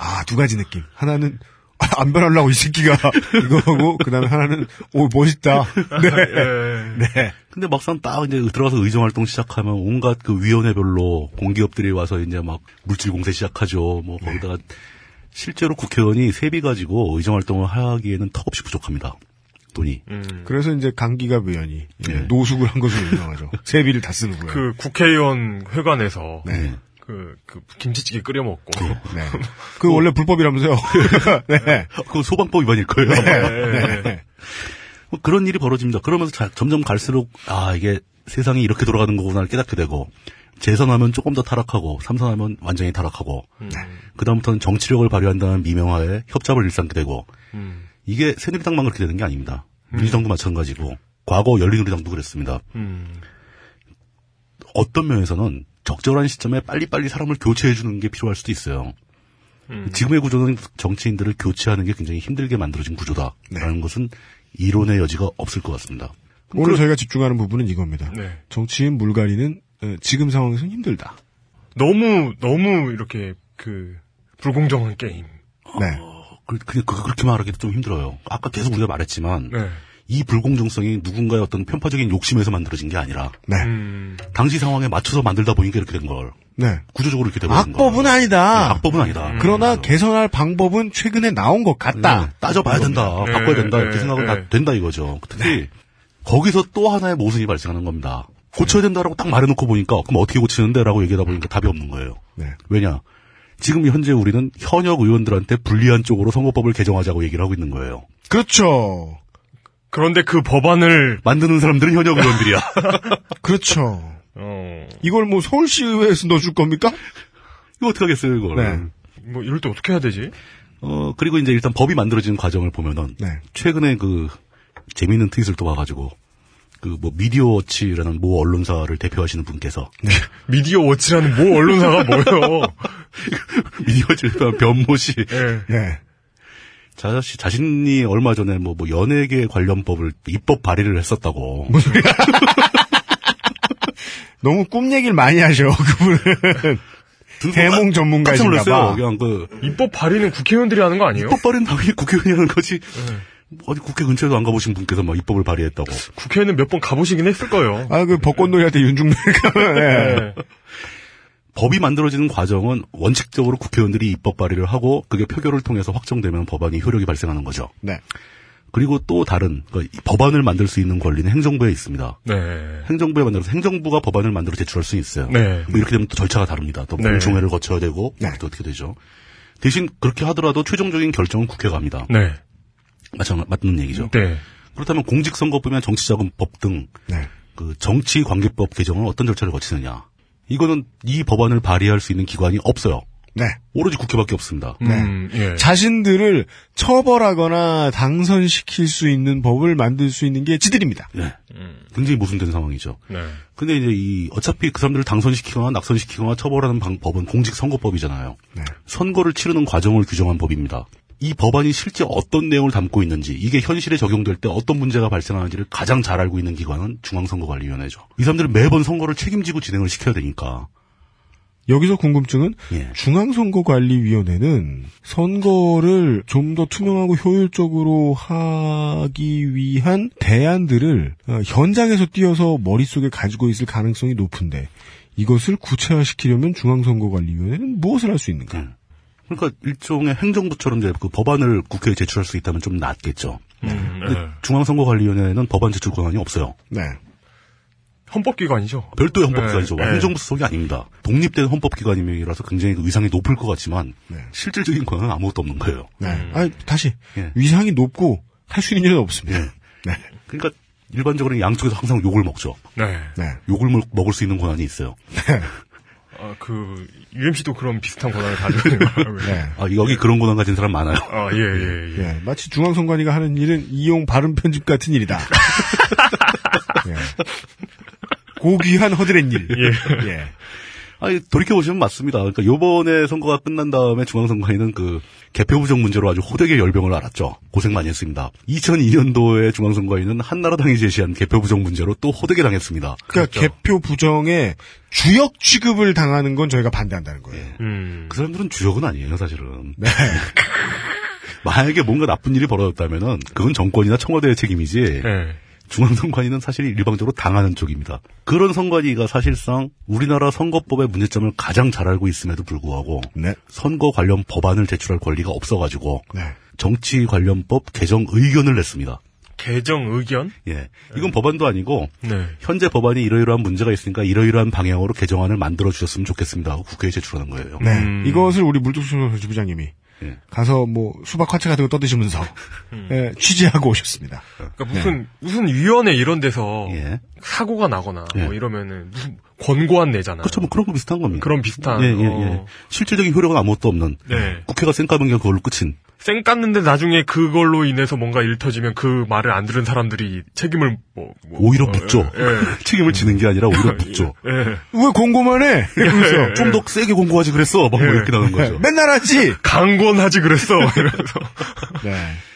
Speaker 2: 아, 두 가지 느낌. 하나는 아, 안 변하려고 이 새끼가 이거고 그다음에 하나는 오 멋있다. 네.
Speaker 3: 예.
Speaker 2: 네.
Speaker 4: 근데 막상 딱 이제 들어가서 의정 활동 시작하면 온갖 그 위원회별로 공기업들이 와서 이제 막 물질 공세 시작하죠. 뭐 거기다가 실제로 국회의원이 세비 가지고 의정 활동을 하기에는 턱없이 부족합니다. 돈이.
Speaker 3: 음.
Speaker 2: 그래서 이제 강기갑 의원이 예,
Speaker 4: 네.
Speaker 2: 노숙을 한 것으로 유명하죠. 세비를 다 쓰는 거예요.
Speaker 3: 그 국회의원 회관에서
Speaker 2: 네.
Speaker 3: 그, 그 김치찌개 끓여 먹고
Speaker 2: 네. 그 원래 불법이라면서요. 네.
Speaker 4: 아, 그건 소방법 위반일 거예요. 아마.
Speaker 3: 예.
Speaker 2: 네.
Speaker 4: 뭐 그런 일이 벌어집니다. 그러면서 자- 점점 갈수록 아 이게 세상이 이렇게 돌아가는 거구나를 깨닫게 되고 재선하면 조금 더 타락하고 삼선하면 완전히 타락하고 그 다음부터는 정치력을 발휘한다는 미명하에 협잡을 일삼게 되고
Speaker 3: 음.
Speaker 4: 이게 새누리당만 그렇게 되는 게 아닙니다. 민주당도 마찬가지고 과거 열린우리당도 그랬습니다.
Speaker 3: 음.
Speaker 4: 어떤 면에서는 적절한 시점에 빨리빨리 사람을 교체해 주는 게 필요할 수도 있어요.
Speaker 3: 음.
Speaker 4: 지금의 구조는 정치인들을 교체하는 게 굉장히 힘들게 만들어진 구조다라는
Speaker 3: 네.
Speaker 4: 것은 이론의 여지가 없을 것 같습니다.
Speaker 2: 오늘 저희가 집중하는 부분은 이겁니다.
Speaker 3: 네.
Speaker 2: 정치인 물갈이는 어, 지금 상황에서 힘들다.
Speaker 3: 너무 너무 이렇게 그 불공정한 게임.
Speaker 2: 네.
Speaker 4: 그, 그냥 그, 그렇게 말하기도 좀 힘들어요. 아까 계속 우리가 말했지만
Speaker 3: 네.
Speaker 4: 이 불공정성이 누군가의 어떤 편파적인 욕심에서 만들어진 게 아니라
Speaker 2: 네.
Speaker 3: 음.
Speaker 4: 당시 상황에 맞춰서 만들다 보니까 이렇게 된 걸.
Speaker 2: 네.
Speaker 4: 구조적으로 이렇게 돼버린 거.
Speaker 2: 악법은 아니다.
Speaker 4: 네,
Speaker 2: 음,
Speaker 4: 악법은 아니다.
Speaker 3: 음.
Speaker 4: 그렇죠.
Speaker 2: 그러나 개선할 방법은 최근에 나온 것 같다.
Speaker 4: 네, 따져봐야 된다.
Speaker 3: 네,
Speaker 4: 바꿔야 된다.
Speaker 3: 네,
Speaker 4: 이렇게 생각은
Speaker 3: 네.
Speaker 4: 다 된다 이거죠. 특히
Speaker 2: 네.
Speaker 4: 거기서 또 하나의 모순이 발생하는 겁니다. 고쳐야 된다라고 딱 말해놓고 보니까 그럼 어떻게 고치는데라고 얘기하다 보니까 답이 없는 거예요.
Speaker 2: 네.
Speaker 4: 왜냐? 지금 현재 우리는 현역 의원들한테 불리한 쪽으로 선거법을 개정하자고 얘기를 하고 있는 거예요.
Speaker 2: 그렇죠.
Speaker 3: 그런데 그 법안을
Speaker 4: 만드는 사람들은 현역 의원들이야.
Speaker 2: 그렇죠.
Speaker 3: 어.
Speaker 2: 이걸 뭐 서울시의회에서 넣어줄 겁니까?
Speaker 4: 이거 어떻게 하겠어요, 이거.
Speaker 2: 네.
Speaker 4: 는
Speaker 3: 뭐 이럴 때 어떻게 해야 되지?
Speaker 4: 어, 그리고 이제 일단 법이 만들어지는 과정을 보면은
Speaker 2: 네.
Speaker 4: 최근에 그 재미있는 트윗을 또 봐가지고 그 뭐 미디어워치라는 모 언론사를 대표하시는 분께서
Speaker 3: 미디어 워치라는 모 언론사가 뭐예요?
Speaker 4: 미디어워치를 대표한 변모 씨
Speaker 3: 예.
Speaker 2: 네.
Speaker 4: 자시 자신이 얼마 전에 뭐, 뭐 연예계 관련 법을 입법 발의를 했었다고
Speaker 2: 너무 꿈 얘기를 많이 하셔, 그분은.
Speaker 4: 듣고
Speaker 2: 대몽
Speaker 4: 깜짝
Speaker 2: 전문가이신가
Speaker 4: 놀랐어요.
Speaker 2: 봐.
Speaker 4: 그냥 그
Speaker 3: 입법 발의는 국회의원들이 하는 거 아니에요?
Speaker 4: 입법 발의는 당연히 국회의원이 하는 거지
Speaker 2: 네.
Speaker 4: 뭐 어디 국회 근처에도 안 가보신 분께서 막 입법을 발의했다고
Speaker 3: 국회의원은 몇 번 가보시긴 했을 거예요.
Speaker 2: 아, 그 벚꽃놀이 할 때 윤중배 가면, 예.
Speaker 3: 예.
Speaker 4: 법이 만들어지는 과정은 원칙적으로 국회의원들이 입법 발의를 하고 그게 표결을 통해서 확정되면 법안이 효력이 발생하는 거죠.
Speaker 2: 네.
Speaker 4: 그리고 또 다른 그러니까 이 법안을 만들 수 있는 권리는 행정부에 있습니다.
Speaker 3: 네.
Speaker 4: 행정부에 만들어서 행정부가 법안을 만들어 제출할 수 있어요.
Speaker 3: 네.
Speaker 4: 뭐 이렇게 되면 또 절차가 다릅니다. 또
Speaker 3: 네.
Speaker 4: 공청회를 거쳐야 되고
Speaker 2: 네.
Speaker 4: 또 어떻게 되죠. 대신 그렇게 하더라도 최종적인 결정은 국회가 합니다.
Speaker 3: 네.
Speaker 4: 맞는, 맞는 얘기죠.
Speaker 3: 네.
Speaker 4: 그렇다면 공직선거법이나 정치자금법 등 그
Speaker 2: 네.
Speaker 4: 정치관계법 개정은 어떤 절차를 거치느냐? 이거는 이 법안을 발의할 수 있는 기관이 없어요.
Speaker 2: 네.
Speaker 4: 오로지 국회밖에 없습니다.
Speaker 3: 음, 예.
Speaker 2: 자신들을 처벌하거나 당선시킬 수 있는 법을 만들 수 있는 게 지들입니다.
Speaker 4: 네.
Speaker 3: 음,
Speaker 4: 굉장히 모순된 상황이죠.
Speaker 3: 네.
Speaker 4: 근데 이제 이 어차피 그 사람들을 당선시키거나 낙선시키거나 처벌하는 방법은 공직선거법이잖아요.
Speaker 2: 네.
Speaker 4: 선거를 치르는 과정을 규정한 법입니다. 이 법안이 실제 어떤 내용을 담고 있는지, 이게 현실에 적용될 때 어떤 문제가 발생하는지를 가장 잘 알고 있는 기관은 중앙선거관리위원회죠. 이 사람들은 매번 선거를 책임지고 진행을 시켜야 되니까.
Speaker 2: 여기서 궁금증은
Speaker 4: 예.
Speaker 2: 중앙선거관리위원회는 선거를 좀 더 투명하고 효율적으로 하기 위한 대안들을 어, 현장에서 뛰어서 머릿속에 가지고 있을 가능성이 높은데 이것을 구체화시키려면 중앙선거관리위원회는 무엇을 할 수 있는가?
Speaker 4: 음. 그러니까 일종의 행정부처럼 이제 그 법안을 국회에 제출할 수 있다면 좀 낫겠죠.
Speaker 3: 음,
Speaker 4: 근데
Speaker 3: 예.
Speaker 4: 중앙선거관리위원회는 법안 제출 권한이 없어요.
Speaker 2: 네.
Speaker 3: 헌법기관이죠.
Speaker 4: 별도의
Speaker 2: 예.
Speaker 4: 헌법기관이죠.
Speaker 3: 네, 네.
Speaker 4: 행정부 소속이 아닙니다. 독립된 헌법기관이라서 굉장히 그 위상이 높을 것 같지만
Speaker 2: 네.
Speaker 4: 실질적인 권한은 아무것도 없는 거예요.
Speaker 2: 네. 아니, 다시
Speaker 4: 예.
Speaker 2: 위상이 높고 할 수 있는 일은 없습니다. 네.
Speaker 4: 그러니까 일반적으로 양쪽에서 항상 욕을 먹죠.
Speaker 3: 네.
Speaker 2: 네.
Speaker 4: 욕을 먹- 먹을 수 있는 권한이 있어요.
Speaker 3: 아, 그, UMC도 그런 비슷한 권한을 가지고 있는 거라고요.
Speaker 2: 네.
Speaker 4: 아, 여기 그런 권한 가진 사람 많아요.
Speaker 3: 아, 예, 예, 예.
Speaker 2: 예, 마치 중앙선관위가 하는 일은 이용 발음 편집 같은 일이다. 예. 고귀한 허드렛 일.
Speaker 3: 예.
Speaker 2: 예.
Speaker 4: 아니, 돌이켜보시면 맞습니다. 그러니까 요번에 선거가 끝난 다음에 중앙선관위는 그 개표 부정 문제로 아주 호되게 열병을 알았죠. 고생 많이 했습니다. 2002년도에 중앙선관위는 한나라당이 제시한 개표 부정 문제로 또 호되게 당했습니다.
Speaker 2: 그러니까 개표 부정에 주역 취급을 당하는 건 저희가 반대한다는 거예요.
Speaker 3: 음.
Speaker 4: 그 사람들은 주적은 아니에요, 사실은. 만약에 뭔가 나쁜 일이 벌어졌다면은 그건 정권이나 청와대의 책임이지
Speaker 3: 예.
Speaker 4: 중앙선관위는 사실 일방적으로 당하는 쪽입니다. 그런 선관위가 사실상 우리나라 선거법의 문제점을 가장 잘 알고 있음에도 불구하고
Speaker 2: 네.
Speaker 4: 선거 관련 법안을 제출할 권리가 없어가지고
Speaker 2: 네.
Speaker 4: 정치 관련법 개정 의견을 냈습니다.
Speaker 3: 개정 의견?
Speaker 4: 예, 이건 법안도 아니고
Speaker 3: 네.
Speaker 4: 현재 법안이 이러이러한 문제가 있으니까 이러이러한 방향으로 개정안을 만들어 주셨으면 좋겠습니다 하고 국회에 제출하는 거예요.
Speaker 2: 네.
Speaker 3: 음.
Speaker 2: 이것을 우리 물뚝수석 지부장님이
Speaker 4: 예.
Speaker 2: 가서 뭐 수박 화채 같은 거 떠드시면서 예, 취재하고 오셨습니다.
Speaker 3: 그러니까 무슨, 무슨 위원회 이런 데서
Speaker 4: 예.
Speaker 3: 사고가 나거나 뭐
Speaker 4: 예.
Speaker 3: 이러면은 무슨 권고안 내잖아요.
Speaker 4: 그렇죠. 뭐 그런 거 비슷한 겁니다.
Speaker 3: 그런 비슷한.
Speaker 4: 예, 예, 예.
Speaker 3: 어,
Speaker 4: 실질적인 효력은 아무것도 없는.
Speaker 3: 네.
Speaker 4: 국회가 쌩까면 그냥 그걸로 끝인.
Speaker 3: 쌩 깠는데 나중에 그걸로 인해서 뭔가 일 터지면 그 말을 안 들은 사람들이 책임을 뭐, 뭐-
Speaker 4: 오히려
Speaker 3: 어,
Speaker 4: 묻죠.
Speaker 3: 예.
Speaker 4: 책임을 지는 게 아니라 오히려 묻죠.
Speaker 3: 예.
Speaker 2: 왜 공고만 해? 이러면서
Speaker 4: 좀 더 세게 공고하지 그랬어. 막뭐
Speaker 3: 예.
Speaker 4: 이렇게 나오는
Speaker 2: 예,
Speaker 4: 거죠. 네.
Speaker 2: 맨날 하지.
Speaker 3: 강권하지 그랬어. 이러면서.
Speaker 2: 네.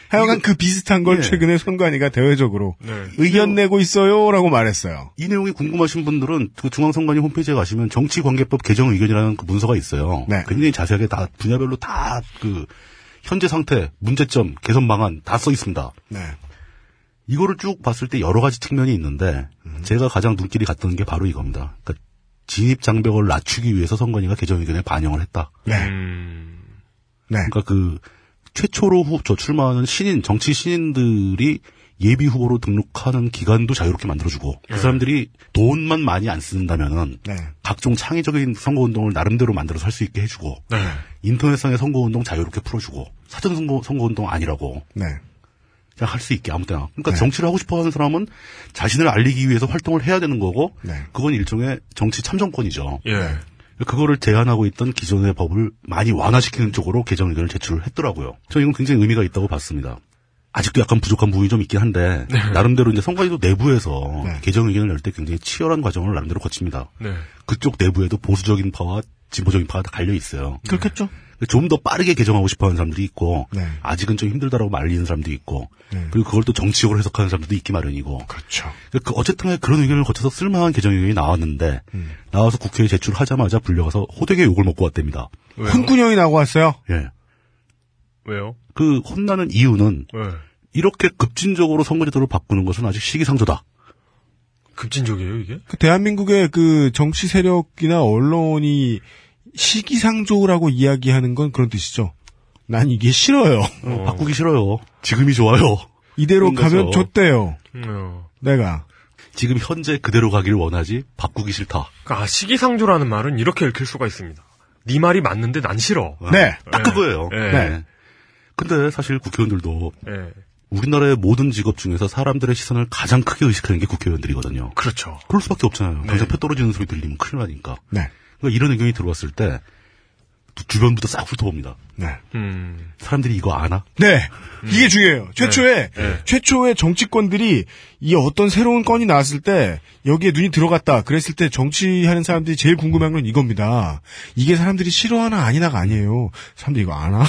Speaker 2: 하여간 그 비슷한 걸
Speaker 4: 예.
Speaker 2: 최근에 선관위가 대외적으로
Speaker 3: 네.
Speaker 2: 의견 내고 있어요라고 말했어요.
Speaker 4: 이 내용이 궁금하신 분들은 그 중앙선관위 홈페이지에 가시면 정치관계법 개정 의견이라는 그 문서가 있어요.
Speaker 2: 네.
Speaker 4: 굉장히 자세하게 다 분야별로 다 그 현재 상태, 문제점, 개선 방안 다 써 있습니다.
Speaker 2: 네.
Speaker 4: 이거를 쭉 봤을 때 여러 가지 측면이 있는데
Speaker 3: 음.
Speaker 4: 제가 가장 눈길이 갔던 게 바로 이겁니다. 그러니까 진입 장벽을 낮추기 위해서 선관위가 개정 의견에 반영을 했다.
Speaker 2: 네.
Speaker 3: 음.
Speaker 2: 네.
Speaker 4: 그러니까 그 최초로 후, 저 출마하는 신인 정치 신인들이 예비 후보로 등록하는 기간도 자유롭게 만들어주고 그 사람들이 돈만 많이 안 쓴다면은
Speaker 2: 네.
Speaker 4: 각종 창의적인 선거 운동을 나름대로 만들어서 할 수 있게 해주고
Speaker 3: 네.
Speaker 4: 인터넷상의 선거 운동 자유롭게 풀어주고 사전 선거 선거 운동 아니라고
Speaker 2: 네.
Speaker 4: 그냥 할 수 있게 아무 때나 그러니까 정치를 하고 싶어하는 사람은 자신을 알리기 위해서 활동을 해야 되는 거고
Speaker 2: 네.
Speaker 4: 그건 일종의 정치 참정권이죠.
Speaker 3: 예.
Speaker 4: 그거를 제한하고 있던 기존의 법을 많이 완화시키는 쪽으로 개정 의견을 제출을 했더라고요. 저는 이건 굉장히 의미가 있다고 봤습니다. 아직도 약간 부족한 부분이 좀 있긴 한데 나름대로 이제 선관위도 내부에서
Speaker 2: 네.
Speaker 4: 개정 의견을 낼 때 굉장히 치열한 과정을 나름대로 거칩니다.
Speaker 3: 네.
Speaker 4: 그쪽 내부에도 보수적인 파와 진보적인 파가 다 갈려 있어요.
Speaker 2: 네. 그렇겠죠.
Speaker 4: 좀 더 빠르게 개정하고 싶어하는 사람들이 있고
Speaker 2: 네.
Speaker 4: 아직은 좀 힘들다라고 말리는 사람도 있고
Speaker 2: 네.
Speaker 4: 그리고 그걸 또 정치적으로 해석하는 사람도 있기 마련이고
Speaker 2: 그렇죠.
Speaker 4: 그 어쨌든 간에 그런 의견을 거쳐서 쓸만한 개정 의견이 나왔는데
Speaker 3: 음.
Speaker 4: 나와서 국회에 제출하자마자 불려가서 호되게 욕을 먹고 왔답니다.
Speaker 3: 왜요?
Speaker 2: 훈구녕이 나고 왔어요.
Speaker 4: 예.
Speaker 3: 네. 왜요? 네.
Speaker 4: 그 혼나는 이유는
Speaker 3: 왜?
Speaker 4: 이렇게 급진적으로 선거제도를 바꾸는 것은 아직 시기상조다.
Speaker 3: 급진적이에요, 이게?
Speaker 2: 그 대한민국의 그 정치 세력이나 언론이 시기상조라고 이야기하는 건 그런 뜻이죠. 난 이게 싫어요.
Speaker 3: 어.
Speaker 4: 바꾸기 싫어요. 지금이 좋아요.
Speaker 2: 이대로
Speaker 4: 그런 거죠.
Speaker 2: 가면 좋대요.
Speaker 3: 음,
Speaker 2: 내가.
Speaker 4: 지금 현재 그대로 가기를 원하지 바꾸기 싫다.
Speaker 3: 그러니까 아, 시기상조라는 말은 이렇게 읽힐 수가 있습니다. 네 말이 맞는데 난 싫어.
Speaker 2: 네.
Speaker 4: 딱
Speaker 3: 예.
Speaker 4: 그거예요.
Speaker 3: 예.
Speaker 4: 네. 근데 사실 국회의원들도
Speaker 3: 예.
Speaker 4: 우리나라의 모든 직업 중에서 사람들의 시선을 가장 크게 의식하는 게 국회의원들이거든요.
Speaker 3: 그렇죠.
Speaker 4: 그럴 수밖에 없잖아요.
Speaker 3: 네.
Speaker 4: 당장 표 떨어지는 소리 들리면 큰일 나니까.
Speaker 2: 네.
Speaker 4: 그러니까 이런 의견이 들어왔을 때 두- 주변부터 싹 훑어봅니다.
Speaker 2: 네.
Speaker 3: 음.
Speaker 4: 사람들이 이거 아나?
Speaker 2: 네. 이게 중요해요. 최초에, 최초에 정치권들이 이 어떤 새로운 건이 나왔을 때 여기에 눈이 들어갔다. 그랬을 때 정치하는 사람들이 제일 궁금한 건 이겁니다. 이게 사람들이 싫어하나 아니나가 아니에요. 사람들이 이거 아나?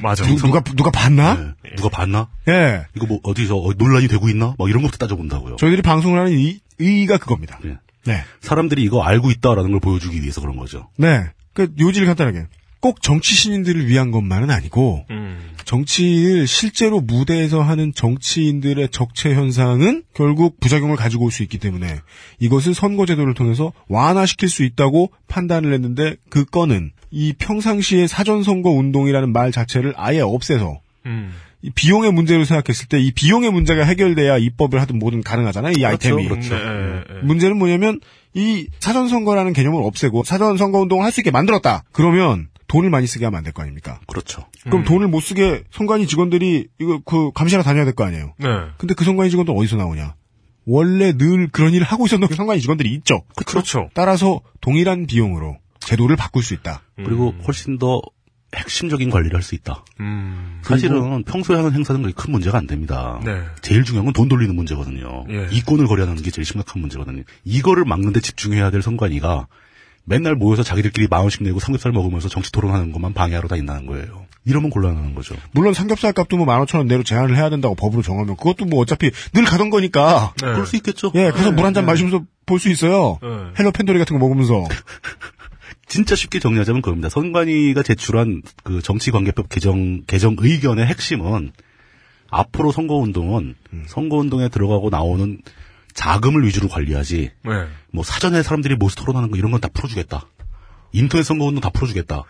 Speaker 3: 맞아.
Speaker 2: 누, 가 누가 봤나?
Speaker 4: 네. 누가 봤나?
Speaker 2: 예.
Speaker 4: 이거 뭐 어디서 어, 논란이 되고 있나? 막 이런 것부터 따져본다고요.
Speaker 2: 저희들이 방송을 하는 이, 의의가 그겁니다.
Speaker 4: 예.
Speaker 2: 네.
Speaker 4: 사람들이 이거 알고 있다라는 걸 보여주기 위해서 그런 거죠.
Speaker 2: 네. 그 요지를 간단하게. 꼭 정치 신인들을 위한 것만은 아니고
Speaker 3: 음.
Speaker 2: 정치를 실제로 무대에서 하는 정치인들의 적체 현상은 결국 부작용을 가지고 올 수 있기 때문에 이것은 선거제도를 통해서 완화시킬 수 있다고 판단을 했는데 그 건은 이 평상시에 사전선거 운동이라는 말 자체를 아예 없애서
Speaker 3: 음.
Speaker 2: 이 비용의 문제로 생각했을 때 이 비용의 문제가 해결돼야 입법을 하든 뭐든 가능하잖아요. 이 아이템이.
Speaker 4: 그렇죠.
Speaker 3: 네, 네.
Speaker 2: 문제는 뭐냐면 이 사전 선거라는 개념을 없애고 사전 선거 운동을 할 수 있게 만들었다. 그러면 돈을 많이 쓰게 하면 안 될 거 아닙니까?
Speaker 4: 그렇죠.
Speaker 2: 그럼
Speaker 3: 음.
Speaker 2: 돈을 못 쓰게 선관위 직원들이 이거 그 감시하러 다녀야 될 거 아니에요.
Speaker 3: 네.
Speaker 2: 근데 그 선관위 직원들 어디서 나오냐? 원래 늘 그런 일을 하고 있었던 선관위 직원들이 있죠.
Speaker 3: 그렇죠.
Speaker 2: 따라서 동일한 비용으로 제도를 바꿀 수 있다.
Speaker 4: 그리고 훨씬 더 핵심적인 관리를 할 수 있다.
Speaker 3: 음.
Speaker 4: 사실은 평소에 하는 행사는 그게 큰 문제가 안 됩니다.
Speaker 3: 네.
Speaker 4: 제일 중요한 건 돈 돌리는 문제거든요.
Speaker 3: 예.
Speaker 4: 이권을 거래하는 게 제일 심각한 문제거든요. 이거를 막는데 집중해야 될 선관위가 맨날 모여서 자기들끼리 만 원씩 내고 삼겹살 먹으면서 정치 토론하는 것만 방해하러 다닌다는 거예요. 이러면 곤란하는 거죠.
Speaker 3: 네.
Speaker 2: 물론 삼겹살 값도 뭐 15,000원 내로 제한을 해야 된다고 법으로 정하면 그것도 뭐 어차피 늘 가던 거니까.
Speaker 3: 네.
Speaker 4: 그럴 수 있겠죠. 네.
Speaker 2: 예, 그래서 물 한 잔 마시면서 볼 수 있어요.
Speaker 3: 네.
Speaker 2: 헬로 팬도리 같은 거 먹으면서.
Speaker 4: 진짜 쉽게 정리하자면 그겁니다. 선관위가 제출한 그 정치관계법 개정 개정 의견의 핵심은 앞으로 선거운동은
Speaker 3: 음.
Speaker 4: 선거운동에 들어가고 나오는 자금을 위주로 관리하지
Speaker 3: 네.
Speaker 4: 뭐 사전에 사람들이 모스 토론하는 거 이런 건 다 풀어주겠다. 인터넷 선거운동 다 풀어주겠다.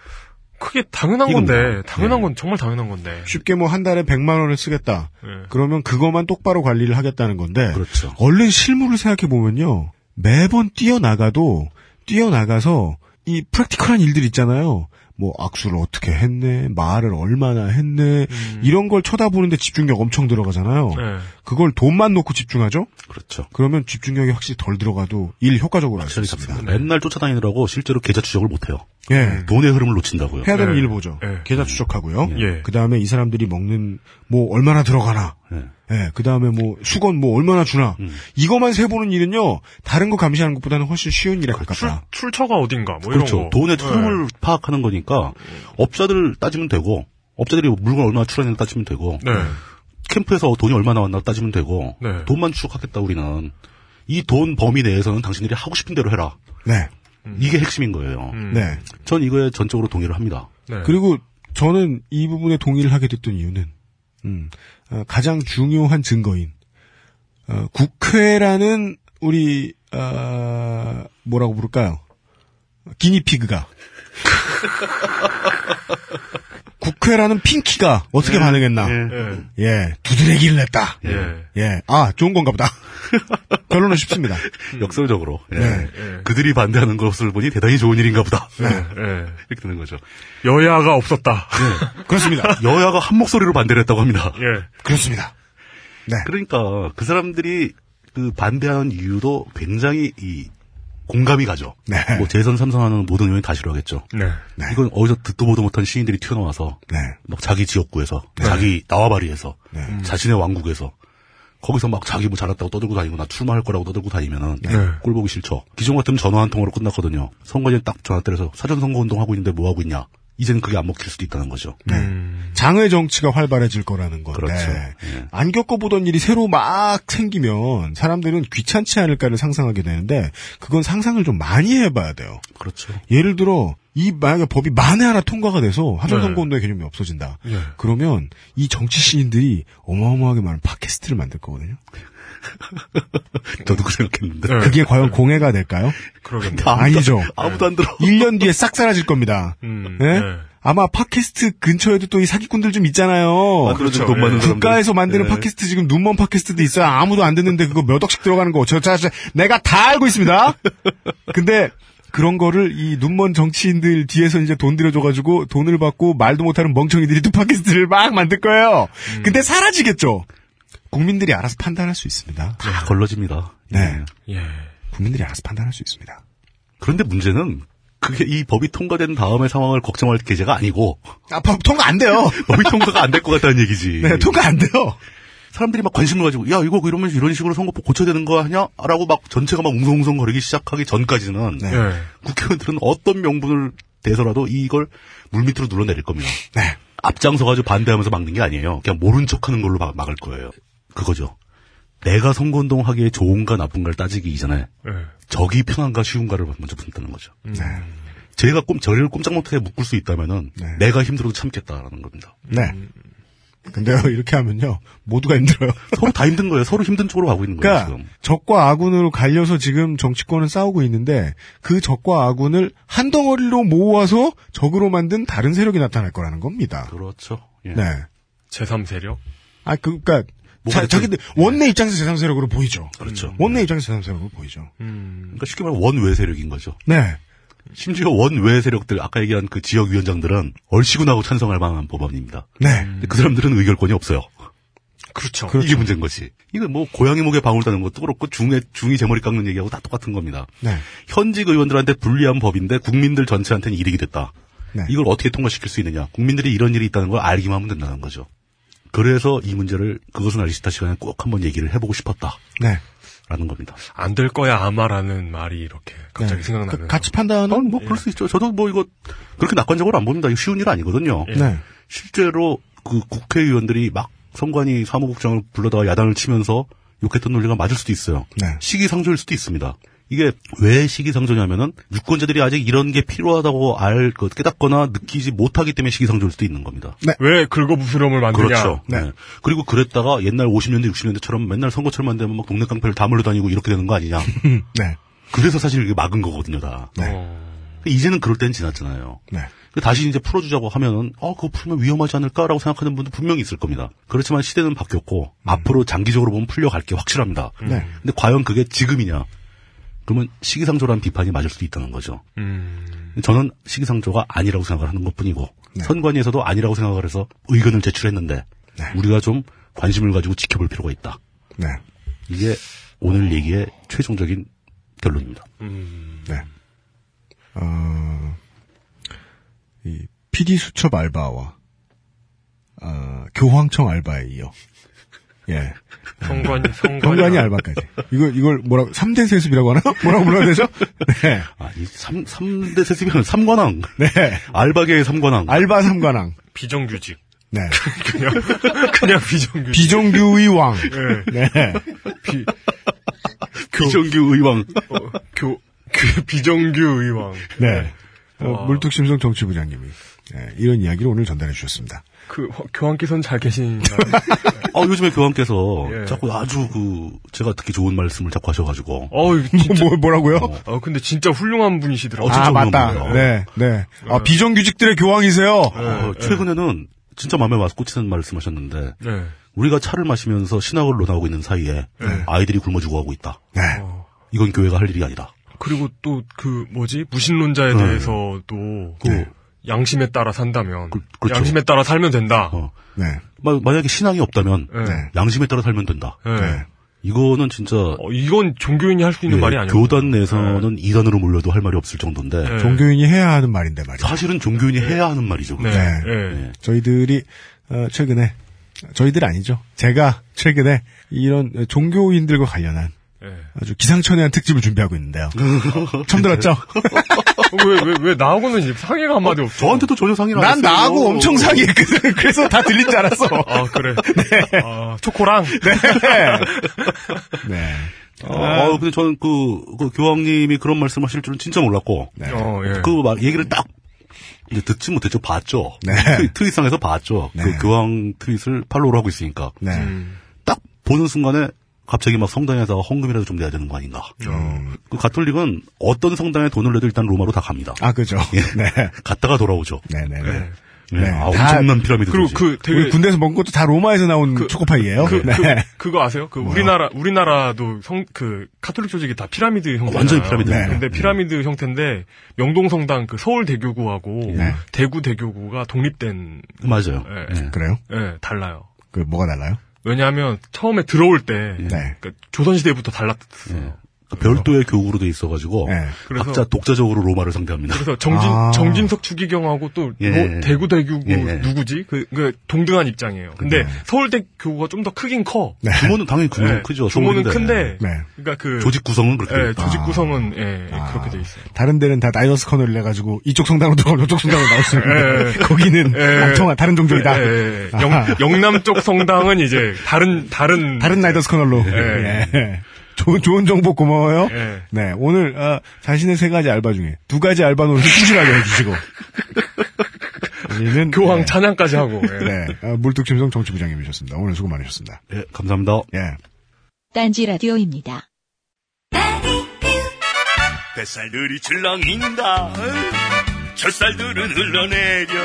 Speaker 3: 그게 당연한
Speaker 4: 이건
Speaker 3: 건데,
Speaker 4: 뭐야?
Speaker 3: 당연한
Speaker 4: 네.
Speaker 3: 건 정말 당연한 건데.
Speaker 2: 쉽게 뭐 한 달에 100만 원을 쓰겠다.
Speaker 3: 네.
Speaker 2: 그러면 그것만 똑바로 관리를 하겠다는 건데
Speaker 4: 그렇죠.
Speaker 2: 얼른 실물을 생각해 보면요 매번 뛰어나가도 뛰어나가서 이 프랙티컬한 일들 있잖아요 뭐 악수를 어떻게 했네 말을 얼마나 했네 이런 걸 쳐다보는데 집중력 엄청 들어가잖아요
Speaker 3: 음. 네.
Speaker 2: 그걸 돈만 놓고 집중하죠
Speaker 4: 그렇죠.
Speaker 2: 그러면 집중력이 확실히 덜 들어가도 일 효과적으로 할 수 있습니다
Speaker 4: 네. 맨날 쫓아다니느라고 실제로 계좌 추적을 못해요.
Speaker 2: 예
Speaker 4: 돈의 흐름을 놓친다고요.
Speaker 2: 해야 되는
Speaker 3: 네.
Speaker 2: 일 보죠
Speaker 3: 네.
Speaker 2: 계좌 추적하고요
Speaker 3: 예.
Speaker 2: 그 다음에 이 사람들이 먹는 뭐 얼마나 들어가나
Speaker 4: 예.
Speaker 2: 예, 그 다음에 뭐, 수건 뭐, 얼마나 주나. 이것만 세보는 일은요, 다른 거 감시하는 것보다는 훨씬 쉬운 일에
Speaker 3: 출,
Speaker 2: 가깝다.
Speaker 3: 출처가 어딘가, 뭐
Speaker 4: 그렇죠.
Speaker 3: 이런 거.
Speaker 4: 돈의
Speaker 3: 네.
Speaker 4: 흐름을 파악하는 거니까 업자들 따지면 되고 업자들이 물건 얼마나 출하했나 따지면 되고
Speaker 3: 네.
Speaker 4: 캠프에서 돈이 얼마 나왔나 따지면 되고
Speaker 3: 네.
Speaker 4: 돈만 추적하겠다 우리는 이 돈 범위 내에서는 당신들이 하고 싶은 대로 해라
Speaker 2: 네,
Speaker 4: 이게 핵심인 거예요.
Speaker 3: 음.
Speaker 2: 네.
Speaker 4: 전 이거에 전적으로 동의를 합니다.
Speaker 3: 네.
Speaker 2: 그리고 저는 이 부분에 동의를 하게 됐던 이유는, 음, 아, 가장 중요한 증거인, 어, 국회라는 우리, 아, 뭐라고 부를까요? 기니피그가. 국회라는 핑키가 어떻게 반응했나.
Speaker 3: 음. 예.
Speaker 2: 예, 두드레기를 냈다.
Speaker 3: 예.
Speaker 2: 예, 아, 좋은 건가 보다. 결론은 쉽습니다.
Speaker 4: 역설적으로 예.
Speaker 2: 네.
Speaker 3: 예.
Speaker 4: 그들이 반대하는 것을 보니 대단히 좋은 일인가 보다
Speaker 3: 예.
Speaker 4: 이렇게 되는 거죠.
Speaker 3: 여야가 없었다.
Speaker 4: 네.
Speaker 2: 그렇습니다.
Speaker 4: 여야가 한 목소리로 반대를 했다고 합니다.
Speaker 3: 예.
Speaker 2: 그렇습니다. 네.
Speaker 4: 그러니까 그 사람들이 그 반대하는 이유도 굉장히 이 공감이 가죠.
Speaker 2: 네.
Speaker 4: 뭐 재선 삼선하는 모든 의원이 다 싫어하겠죠.
Speaker 3: 네.
Speaker 2: 네.
Speaker 4: 이건 어디서 듣도 보도 못한 시인들이 튀어나와서
Speaker 3: 그
Speaker 2: 네.
Speaker 4: 막 자기 지역구에서 자기 나와바리에서 자신의 왕국에서 거기서 막 자기 뭐 잘났다고 떠들고 다니고 나 출마할 거라고 떠들고 다니면은 꼴 보기 싫죠. 기존 같으면 전화 한 통으로 끝났거든요. 선거에 딱 전화 때려서 사전 선거 운동 하고 있는데 뭐 하고 있냐. 이젠 그게 안 먹힐 수도 있다는 거죠.
Speaker 2: 네.
Speaker 3: 음.
Speaker 2: 장외 정치가 활발해질 거라는 건데
Speaker 4: 그렇죠.
Speaker 3: 예.
Speaker 2: 안 겪어보던 일이 새로 막 생기면 사람들은 귀찮지 않을까를 상상하게 되는데 그건 상상을 좀 많이 해봐야 돼요.
Speaker 4: 그렇죠.
Speaker 2: 예를 들어 이 만약에 법이 만에 하나 통과가 돼서
Speaker 3: 네.
Speaker 2: 하전선거운동의 개념이 없어진다.
Speaker 3: 예.
Speaker 2: 그러면 이 정치 신인들이 어마어마하게 많은 팟캐스트를 만들 거거든요.
Speaker 4: 저도 그 생각했는데
Speaker 3: 네.
Speaker 2: 그게 과연 공해가 될까요?
Speaker 3: 그러겠네.
Speaker 4: 아무도-
Speaker 2: 아니죠.
Speaker 4: 아무도 안 들어.
Speaker 2: 1년 뒤에 싹 사라질 겁니다.
Speaker 3: 음.
Speaker 2: 예?
Speaker 3: 네.
Speaker 2: 아마 팟캐스트 근처에도 또 이 사기꾼들 좀 있잖아요.
Speaker 4: 만들어준
Speaker 3: 그렇죠.
Speaker 4: 돈 많은
Speaker 3: 예.
Speaker 4: 사람들.
Speaker 2: 국가에서 만드는
Speaker 4: 예.
Speaker 2: 팟캐스트 지금 눈먼 팟캐스트도 있어요. 아무도 안 듣는데 그거 몇 억씩 들어가는 거. 저, 저, 저 내가 다 알고 있습니다. 근데 그런 거를 이 눈먼 정치인들 뒤에서 이제 돈
Speaker 3: 음.
Speaker 2: 들여줘가지고 돈을 받고 말도 못하는 멍청이들이 또 팟캐스트를 막 만들 거예요. 근데 사라지겠죠. 국민들이 알아서 판단할 수 있습니다.
Speaker 4: 다 아, 걸러집니다.
Speaker 2: 네.
Speaker 4: 예.
Speaker 3: 예.
Speaker 2: 국민들이 알아서 판단할 수 있습니다.
Speaker 4: 그런데 문제는 그게 이 법이 통과된 다음의 상황을 걱정할 계제가 아니고
Speaker 2: 아, 법 통과 안 돼요.
Speaker 4: 법이 통과가 안 될 것 같다는 얘기지.
Speaker 2: 네, 통과 안 돼요.
Speaker 4: 사람들이 막 관심을 가지고 야 이거 이러면 이런 식으로 선거법 고쳐야 되는 거 아니야라고 막 전체가 막 웅성웅성 거리기 시작하기 전까지는
Speaker 2: 네.
Speaker 3: 예.
Speaker 4: 국회의원들은 어떤 명분을 대서라도 이걸 물밑으로 눌러내릴 겁니다.
Speaker 2: 네.
Speaker 4: 앞장서가지고 반대하면서 막는 게 아니에요. 그냥 모른 척하는 걸로 막, 막을 거예요. 그거죠. 내가 선거운동 하기에 좋은가 나쁜가를 따지기 이전에
Speaker 3: 예.
Speaker 4: 적이 편한가 쉬운가를 먼저 본다는 거죠.
Speaker 2: 네.
Speaker 4: 제가 꼼, 저를 꼼짝 못하게 묶을 수 있다면은
Speaker 2: 네.
Speaker 4: 내가 힘들어도 참겠다라는 겁니다.
Speaker 2: 네. 근데요, 이렇게 하면요. 모두가 힘들어요.
Speaker 4: 서로 다 힘든 거예요. 서로 힘든 쪽으로 가고 있는 거예요,
Speaker 2: 그러니까
Speaker 4: 지금.
Speaker 2: 적과 아군으로 갈려서 지금 정치권은 싸우고 있는데 그 적과 아군을 한 덩어리로 모아서 적으로 만든 다른 세력이 나타날 거라는 겁니다.
Speaker 4: 그렇죠. 예.
Speaker 2: 네.
Speaker 3: 제3세력?
Speaker 2: 아, 그, 그니까,
Speaker 4: 뭐가
Speaker 2: 자,
Speaker 4: 됐든- 예.
Speaker 2: 자기들, 원내 입장에서 제3세력으로 보이죠.
Speaker 4: 그렇죠.
Speaker 2: 원내 입장에서 제3세력으로 보이죠.
Speaker 3: 음.
Speaker 4: 그러니까 쉽게 말하면 원외 세력인 거죠.
Speaker 2: 네.
Speaker 4: 심지어 원외 세력들, 아까 얘기한 그 지역 위원장들은 얼씨구나고 찬성할 만한 법안입니다.
Speaker 2: 네.
Speaker 4: 근데 그 사람들은 의결권이 없어요.
Speaker 3: 그렇죠.
Speaker 4: 이게 문제인 거지. 이건 뭐 고양이 목에 방울 따는 것도 그렇고 중에 중이 제머리 깎는 얘기하고 다 똑같은 겁니다.
Speaker 2: 네.
Speaker 4: 현직 의원들한테 불리한 법인데 국민들 전체한테는 이득이 됐다.
Speaker 2: 네.
Speaker 4: 이걸 어떻게 통과시킬 수 있느냐. 국민들이 이런 일이 있다는 걸 알기만 하면 된다는 거죠. 그래서 이 문제를 그것은 알리시다 시간에 꼭 한번 얘기를 해보고 싶었다라는
Speaker 2: 네.
Speaker 4: 겁니다.
Speaker 3: 안 될 거야, 아마라는 말이 이렇게 갑자기
Speaker 2: 네.
Speaker 3: 생각나면서.
Speaker 2: 그 같이 판단은,
Speaker 4: 아, 뭐 그럴 수 있죠. 저도 뭐 이거 그렇게 낙관적으로 안 봅니다. 이거 쉬운 일 아니거든요.
Speaker 2: 네.
Speaker 4: 실제로 그 국회의원들이 막 선관위 사무국장을 불러다가 야단을 치면서 욕했던 논리가 맞을 수도 있어요.
Speaker 2: 네.
Speaker 4: 시기상조일 수도 있습니다. 이게 왜 시기상조냐면은 유권자들이 아직 이런 게 필요하다고 알, 그 깨닫거나 느끼지 못하기 때문에 시기상조일 수도 있는 겁니다.
Speaker 3: 왜 긁어부스럼을 만드냐?
Speaker 4: 그렇죠.
Speaker 2: 네.
Speaker 4: 네. 그리고 그랬다가 옛날 50년대, 60년대처럼 맨날 선거철만 되면 막 동네 깡패를 다 몰려다니고 이렇게 되는 거 아니냐.
Speaker 2: 음, 네.
Speaker 4: 그래서 사실 이게 막은 거거든요, 다.
Speaker 2: 네.
Speaker 3: 어,
Speaker 4: 근데 이제는 그럴 때는 지났잖아요.
Speaker 2: 네.
Speaker 4: 근데 그 다시 이제 풀어주자고 하면은 아 그거 풀면 위험하지 않을까라고 생각하는 분도 분명히 있을 겁니다. 그렇지만 시대는 바뀌었고 앞으로 장기적으로 보면 풀려갈 게 확실합니다.
Speaker 2: 네.
Speaker 4: 근데 과연 그게 지금이냐? 그러면 시기상조라는 비판이 맞을 수도 있다는 거죠.
Speaker 3: 음.
Speaker 4: 저는 시기상조가 아니라고 생각을 하는 것뿐이고
Speaker 2: 네.
Speaker 4: 선관위에서도 아니라고 생각을 해서 의견을 제출했는데
Speaker 2: 네.
Speaker 4: 우리가 좀 관심을 가지고 지켜볼 필요가 있다.
Speaker 2: 네.
Speaker 4: 이게 오늘 얘기의 최종적인 결론입니다.
Speaker 3: 음.
Speaker 2: 네. 어, 이, PD 수첩 알바와, 어, 교황청 알바에 이어. 예.
Speaker 3: 성관이, 성관이.
Speaker 2: 경관이 알바까지. 이거, 이걸 뭐라고, 3대 세습이라고 하나? 뭐라고 불러야 되죠? 네.
Speaker 4: 아, 이 3, 삼대 세습이면 삼관왕
Speaker 2: 네.
Speaker 4: 알바계의 삼관왕
Speaker 2: 알바 삼관왕.
Speaker 3: 비정규직.
Speaker 2: 네.
Speaker 3: 그냥, 그냥 비정규직.
Speaker 2: 비정규의 왕.
Speaker 3: 예.
Speaker 2: 네.
Speaker 3: 비,
Speaker 4: 비정규 의왕.
Speaker 3: 어, 교, 그 비정규 의왕.
Speaker 2: 네. 어,
Speaker 3: 와.
Speaker 2: 물뚝심성 정치부장님이 예, 이런 이야기를 오늘 전달해 주셨습니다.
Speaker 3: 그, 어, 교황께서는 잘 계신가요?
Speaker 4: 아, 요즘에 교황께서
Speaker 3: 예.
Speaker 4: 자꾸 아주 그, 제가 듣기 좋은 말씀을 자꾸 하셔가지고.
Speaker 3: 어우,
Speaker 2: 뭐,
Speaker 3: 진짜.
Speaker 2: 뭐, 뭐라고요?
Speaker 3: 어, 근데 진짜 훌륭한 분이시더라고요.
Speaker 4: 진짜
Speaker 2: 아, 맞다.
Speaker 4: 궁금해요.
Speaker 2: 네, 네. 아, 비정규직들의 교황이세요?
Speaker 3: 예,
Speaker 4: 어, 최근에는 진짜 마음에 와서 꽂히는 말씀하셨는데,
Speaker 3: 네.
Speaker 4: 우리가 차를 마시면서 신학을 논하고 있는 사이에
Speaker 3: 예.
Speaker 4: 아이들이 굶어 죽어가고 있다.
Speaker 2: 네.
Speaker 3: 어.
Speaker 4: 이건 교회가 할 일이 아니다.
Speaker 3: 그리고 또 그 뭐지 무신론자에 대해서도 그
Speaker 4: 네.
Speaker 3: 양심에 따라 산다면
Speaker 4: 그- 그렇죠.
Speaker 3: 양심에 따라 살면 된다.
Speaker 4: 어,
Speaker 2: 네.
Speaker 4: 마- 만약에 신앙이 없다면
Speaker 3: 예.
Speaker 2: 네.
Speaker 4: 양심에 따라 살면 된다.
Speaker 3: 예.
Speaker 2: 네.
Speaker 4: 이거는 진짜
Speaker 3: 어, 이건 종교인이 할 수 있는
Speaker 4: 예,
Speaker 3: 말이 예. 아니에요.
Speaker 4: 교단 내에서는 이단으로 몰려도 할 말이 없을 정도인데
Speaker 3: 네. 아.
Speaker 2: 종교인이 해야 하는 말인데 말이죠.
Speaker 4: 사실은 종교인이 해야 하는 말이죠.
Speaker 3: 네.
Speaker 4: 그게.
Speaker 3: 예.
Speaker 4: 네.
Speaker 2: 저희들이 어, 최근에 저희들 아니죠. 제가 최근에 이런 종교인들과 관련한
Speaker 3: 예.
Speaker 2: 아주 기상천외한 특집을 준비하고 있는데요. 처음 들었죠?
Speaker 3: 어, 왜, 왜, 왜 나하고는 이제 상해가 한마디 없죠?
Speaker 4: 어, 저한테도 전혀 상의를
Speaker 3: 네.
Speaker 4: 안
Speaker 2: 난
Speaker 4: 했어요.
Speaker 2: 나하고 엄청 상이했거든. 그래서 다 들린 줄 알았어.
Speaker 3: 아, 그래. 아, 초코랑?
Speaker 2: 네.
Speaker 4: 어, 어, 근데 저는 그, 그 교황님이 그런 말씀하실 줄은 진짜 몰랐고
Speaker 2: 네.
Speaker 3: 어, 예.
Speaker 4: 그 말- 얘기를 딱 이제 듣지 못했죠. 봤죠.
Speaker 2: 네.
Speaker 4: 트윗상에서 봤죠.
Speaker 2: 네.
Speaker 4: 그 교황 트윗을 팔로우를 하고 있으니까
Speaker 2: 네.
Speaker 3: 음.
Speaker 4: 딱 보는 순간에 갑자기 막 성당에다가 헌금이라도 좀 내야 되는 거 아닌가.
Speaker 2: 음.
Speaker 4: 그 가톨릭은 어떤 성당에 돈을 내도 일단 로마로 다 갑니다.
Speaker 2: 아, 그죠. 네.
Speaker 4: 갔다가 돌아오죠.
Speaker 2: 네네네.
Speaker 3: 예.
Speaker 4: 네.
Speaker 2: 네.
Speaker 4: 아,
Speaker 2: 다-
Speaker 4: 엄청난 피라미드.
Speaker 3: 그리고
Speaker 4: 도시.
Speaker 3: 그 되게
Speaker 2: 우리 군대에서 먹은 것도 다 로마에서 나온 초코파이예요.
Speaker 3: 그,
Speaker 2: 네.
Speaker 3: 그, 거 아세요? 그 우리나라 우리나라도 성 그 카톨릭 조직이 다 피라미드 형태.
Speaker 4: 완전히 피라미드예요.
Speaker 3: 근데 피라미드 형태인데 명동성당 그 서울 대교구하고
Speaker 2: 네.
Speaker 3: 대구 대교구가 독립된
Speaker 4: 맞아요.
Speaker 3: 예.
Speaker 4: 네.
Speaker 2: 그래요?
Speaker 3: 예, 달라요.
Speaker 2: 그 뭐가 달라요?
Speaker 3: 왜냐하면 처음에 들어올 때
Speaker 2: 네.
Speaker 3: 그러니까 조선시대부터 달랐어요.
Speaker 4: 그러니까 별도의 교구로 돼 있어가지고
Speaker 2: 네.
Speaker 3: 그래서-
Speaker 4: 각자 독자적으로 로마를 상대합니다.
Speaker 3: 그래서 정진
Speaker 2: 아.
Speaker 3: 정진석 추기경하고 또
Speaker 4: 예,
Speaker 3: 뭐
Speaker 4: 예.
Speaker 3: 대구 대교구
Speaker 4: 예, 예.
Speaker 3: 누구지 그, 그 동등한 입장이에요. 근데 서울대 교구가 좀 더 크긴 커.
Speaker 2: 네.
Speaker 4: 규모는 당연히 규모
Speaker 3: 예,
Speaker 4: 크죠.
Speaker 3: 규모는
Speaker 4: 서울인데.
Speaker 3: 큰데
Speaker 2: 네.
Speaker 3: 그러니까 그
Speaker 4: 조직 구성은 그렇게 돼
Speaker 3: 예,
Speaker 4: 있다.
Speaker 3: 조직 구성은 예, 예,
Speaker 2: 아.
Speaker 3: 그렇게 돼 있어요.
Speaker 2: 다른 데는 다 다이너스 커널을 해가지고 이쪽 성당으로 들어가고 이쪽 성당으로
Speaker 3: 예,
Speaker 2: 나왔습니다. 거기는
Speaker 3: 예.
Speaker 2: 엉뚱한 아, 다른 종족이다.
Speaker 3: 예, 예, 예. 영, 남쪽 성당은 이제 다른 다른
Speaker 2: 다른 나이더스 커널로.
Speaker 3: 예.
Speaker 2: 예. 좋은, 좋은 정보 고마워요.
Speaker 3: 예.
Speaker 2: 네, 오늘 아, 자신의 세 가지 알바 중에 두 가지 알바 노릇을 충실하게 해주시고 우리는
Speaker 3: 교황
Speaker 2: 네,
Speaker 3: 찬양까지 하고 예.
Speaker 2: 네, 아, 물뚝심성 정치부장님이셨습니다. 오늘 수고 많으셨습니다.
Speaker 4: 예, 감사합니다.
Speaker 2: 예.
Speaker 1: 딴지 라디오입니다.
Speaker 5: 뱃살들이 출렁인다 젖살들은 흘러내려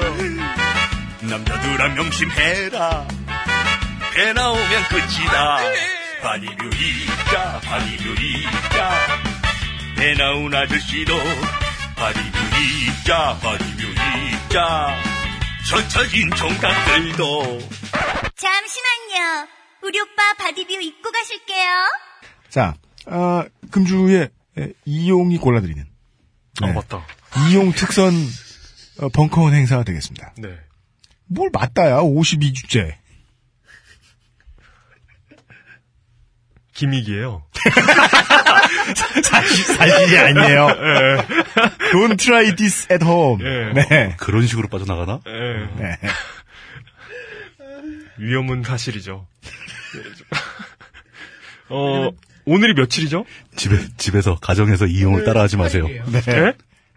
Speaker 5: 남자들아 명심해라 배 나오면 끝이다 바디뷰이까 바디뷰이까 배 나온 아저씨도 바디뷰이까 바디뷰이까 젖혀진 종각들도
Speaker 6: 잠시만요. 우리 오빠 바디뷰 입고 가실게요.
Speaker 2: 자, 아, 금주에 예, 이용이 골라드리는
Speaker 3: 아
Speaker 2: 네.
Speaker 3: 맞다.
Speaker 2: 이용 특선 어, 벙커원 행사가 되겠습니다.
Speaker 3: 네.
Speaker 2: 뭘 맞다야 52주째.
Speaker 3: 김익이에요.
Speaker 2: 사실이 아니에요. Don't try this at home.
Speaker 3: 예.
Speaker 2: 네.
Speaker 4: 그런 식으로 빠져나가나?
Speaker 3: 예.
Speaker 2: 네.
Speaker 3: 위험은 사실이죠. 어 오늘이 며칠이죠?
Speaker 4: 집에 집에서 가정에서 이용을 따라하지 마세요.
Speaker 3: 네.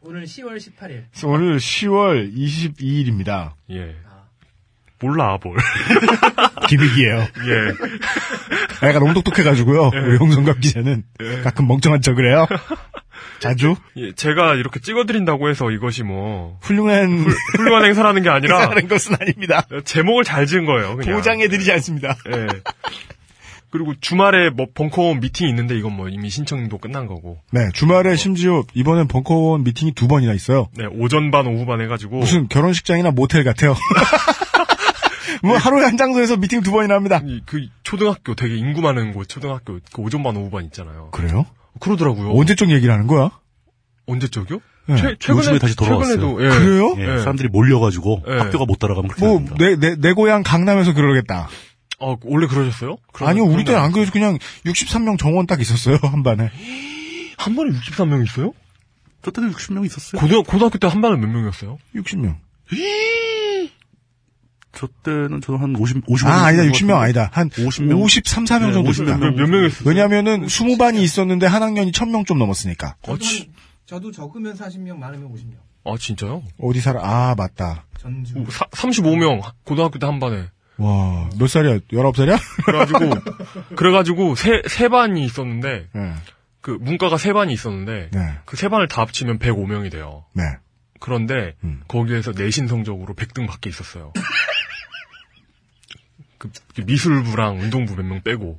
Speaker 7: 오늘 10월 18일.
Speaker 2: 예? 오늘 10월 22일입니다.
Speaker 3: 예.
Speaker 2: 아.
Speaker 3: 몰라 뭘.
Speaker 2: 기믹이에요.
Speaker 3: 예.
Speaker 2: 아, 약간 너무 똑똑해가지고요. 우리 홍성갑 기자는 가끔 멍청한 척을 해요. 자주
Speaker 3: 예, 제가 이렇게 찍어드린다고 해서 이것이 뭐
Speaker 2: 훌륭한
Speaker 3: 훌륭한 행사라는 게 아니라
Speaker 2: 하는 것은 아닙니다.
Speaker 3: 제목을 잘 지은 거예요. 그냥.
Speaker 2: 보장해드리지 않습니다.
Speaker 3: 예. 그리고 주말에 뭐 벙커원 미팅 이 있는데 이건 뭐 이미 신청도 끝난 거고.
Speaker 2: 네, 주말에 심지어 이번엔 벙커원 미팅이 두 번이나 있어요.
Speaker 3: 네, 오전 반 오후 반 해가지고
Speaker 2: 무슨 결혼식장이나 모텔 같아요. 뭐 하루에 한 장소에서 미팅 두 번이나 합니다.
Speaker 3: 이- 그 초등학교 되게 인구 많은 곳 초등학교 그 오전 반 오후 반 있잖아요.
Speaker 2: 그래요?
Speaker 3: 그러더라고요.
Speaker 2: 언제쯤 얘기를 하는 거야?
Speaker 3: 언제적이요?
Speaker 2: 예.
Speaker 4: 요즘에 다시 돌아왔어요.
Speaker 3: 최근에도 예.
Speaker 2: 그래요?
Speaker 4: 예,
Speaker 3: 예.
Speaker 4: 사람들이 몰려가지고
Speaker 3: 예.
Speaker 4: 학교가 못 따라가면 그렇게
Speaker 2: 뭐
Speaker 4: 됩니다.
Speaker 2: 내 내 내 고향 강남에서 그러겠다.
Speaker 3: 아, 원래 그러셨어요? 그러면-
Speaker 2: 아니요, 우리 때는
Speaker 3: 그러면
Speaker 2: 안 그래서 그냥 63명 정원 딱 있었어요 한 반에.
Speaker 3: 한 번에 63명 있어요?
Speaker 4: 저 때도 60명 있었어요.
Speaker 3: 고등 고등학교 때 한 반에 몇 명이었어요?
Speaker 2: 60명.
Speaker 4: 저 때는 저는 한 50, 50.
Speaker 2: 아, 아니다, 60명 아니다. 한
Speaker 4: 50명?
Speaker 2: 53, 4명
Speaker 4: 네,
Speaker 2: 정도
Speaker 4: 50
Speaker 2: 됩니다.
Speaker 4: 명.
Speaker 3: 몇 명이었어요?
Speaker 2: 왜냐면은 20반이 있었는데 한 학년이 1000명 좀 넘었으니까.
Speaker 7: 저도,
Speaker 3: 지-
Speaker 7: 한- 저도 적으면 40명, 많으면 50명.
Speaker 3: 아, 진짜요?
Speaker 2: 어디 살아? 아, 맞다.
Speaker 7: 전주.
Speaker 3: 오, 사, 35명 고등학교 때 한 반에
Speaker 2: 와, 몇 살이야? 19살이야?
Speaker 3: 그래가지고 그래가지고 세 세 반이 있었는데
Speaker 2: 네.
Speaker 3: 그 문과가 세 반이 있었는데
Speaker 2: 네.
Speaker 3: 그 세 반을 다 합치면 105명이 돼요.
Speaker 2: 네.
Speaker 3: 그런데
Speaker 2: 음.
Speaker 3: 거기에서 내신 성적으로 100등 밖에 있었어요. 그 미술부랑 운동부 몇 명 빼고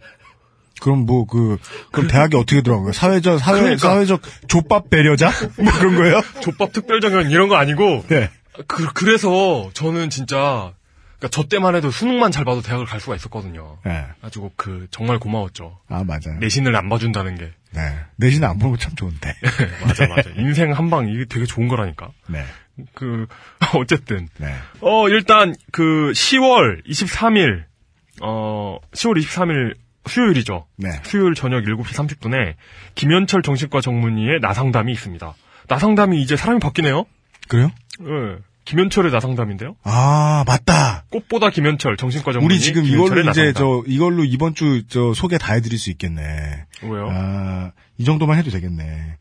Speaker 2: 그럼 뭐 그, 그럼 대학이 어떻게 들어간 거예요? 사회적, 사회,
Speaker 3: 그러니까.
Speaker 2: 사회적 족밥 배려자? 뭐 그런 거예요?
Speaker 3: 족밥 특별전형 이런 거 아니고
Speaker 2: 네.
Speaker 3: 그, 그래서 저는 진짜 그러니까 저 때만 해도 수능만 잘 봐도 대학을 갈 수가 있었거든요.
Speaker 2: 네.
Speaker 3: 가지고 그 정말 고마웠죠.
Speaker 2: 아, 맞아요.
Speaker 3: 내신을 안 봐준다는 게
Speaker 2: 네. 내신 안 보는 거 참 좋은데.
Speaker 3: 맞아 맞아 인생 한 방 이게 되게 좋은 거라니까.
Speaker 2: 네.
Speaker 3: 그 어쨌든
Speaker 2: 네.
Speaker 3: 어, 일단 그 10월 23일 어 10월 23일 수요일이죠.
Speaker 2: 네.
Speaker 3: 수요일 저녁 7시 30분에 김현철 정신과 정문의의 나상담이 있습니다. 나상담이 이제 사람이 바뀌네요.
Speaker 2: 그래요?
Speaker 3: 예. 김현철의 나상담인데요.
Speaker 2: 아, 맞다.
Speaker 3: 꽃보다 김현철 정신과 정문의
Speaker 2: 우리 지금
Speaker 3: 김현철의
Speaker 2: 이걸로 이제
Speaker 3: 나상담.
Speaker 2: 저 이걸로 이번 주 저 소개 다 해드릴 수 있겠네.
Speaker 3: 왜요?
Speaker 2: 아, 이 정도만 해도 되겠네.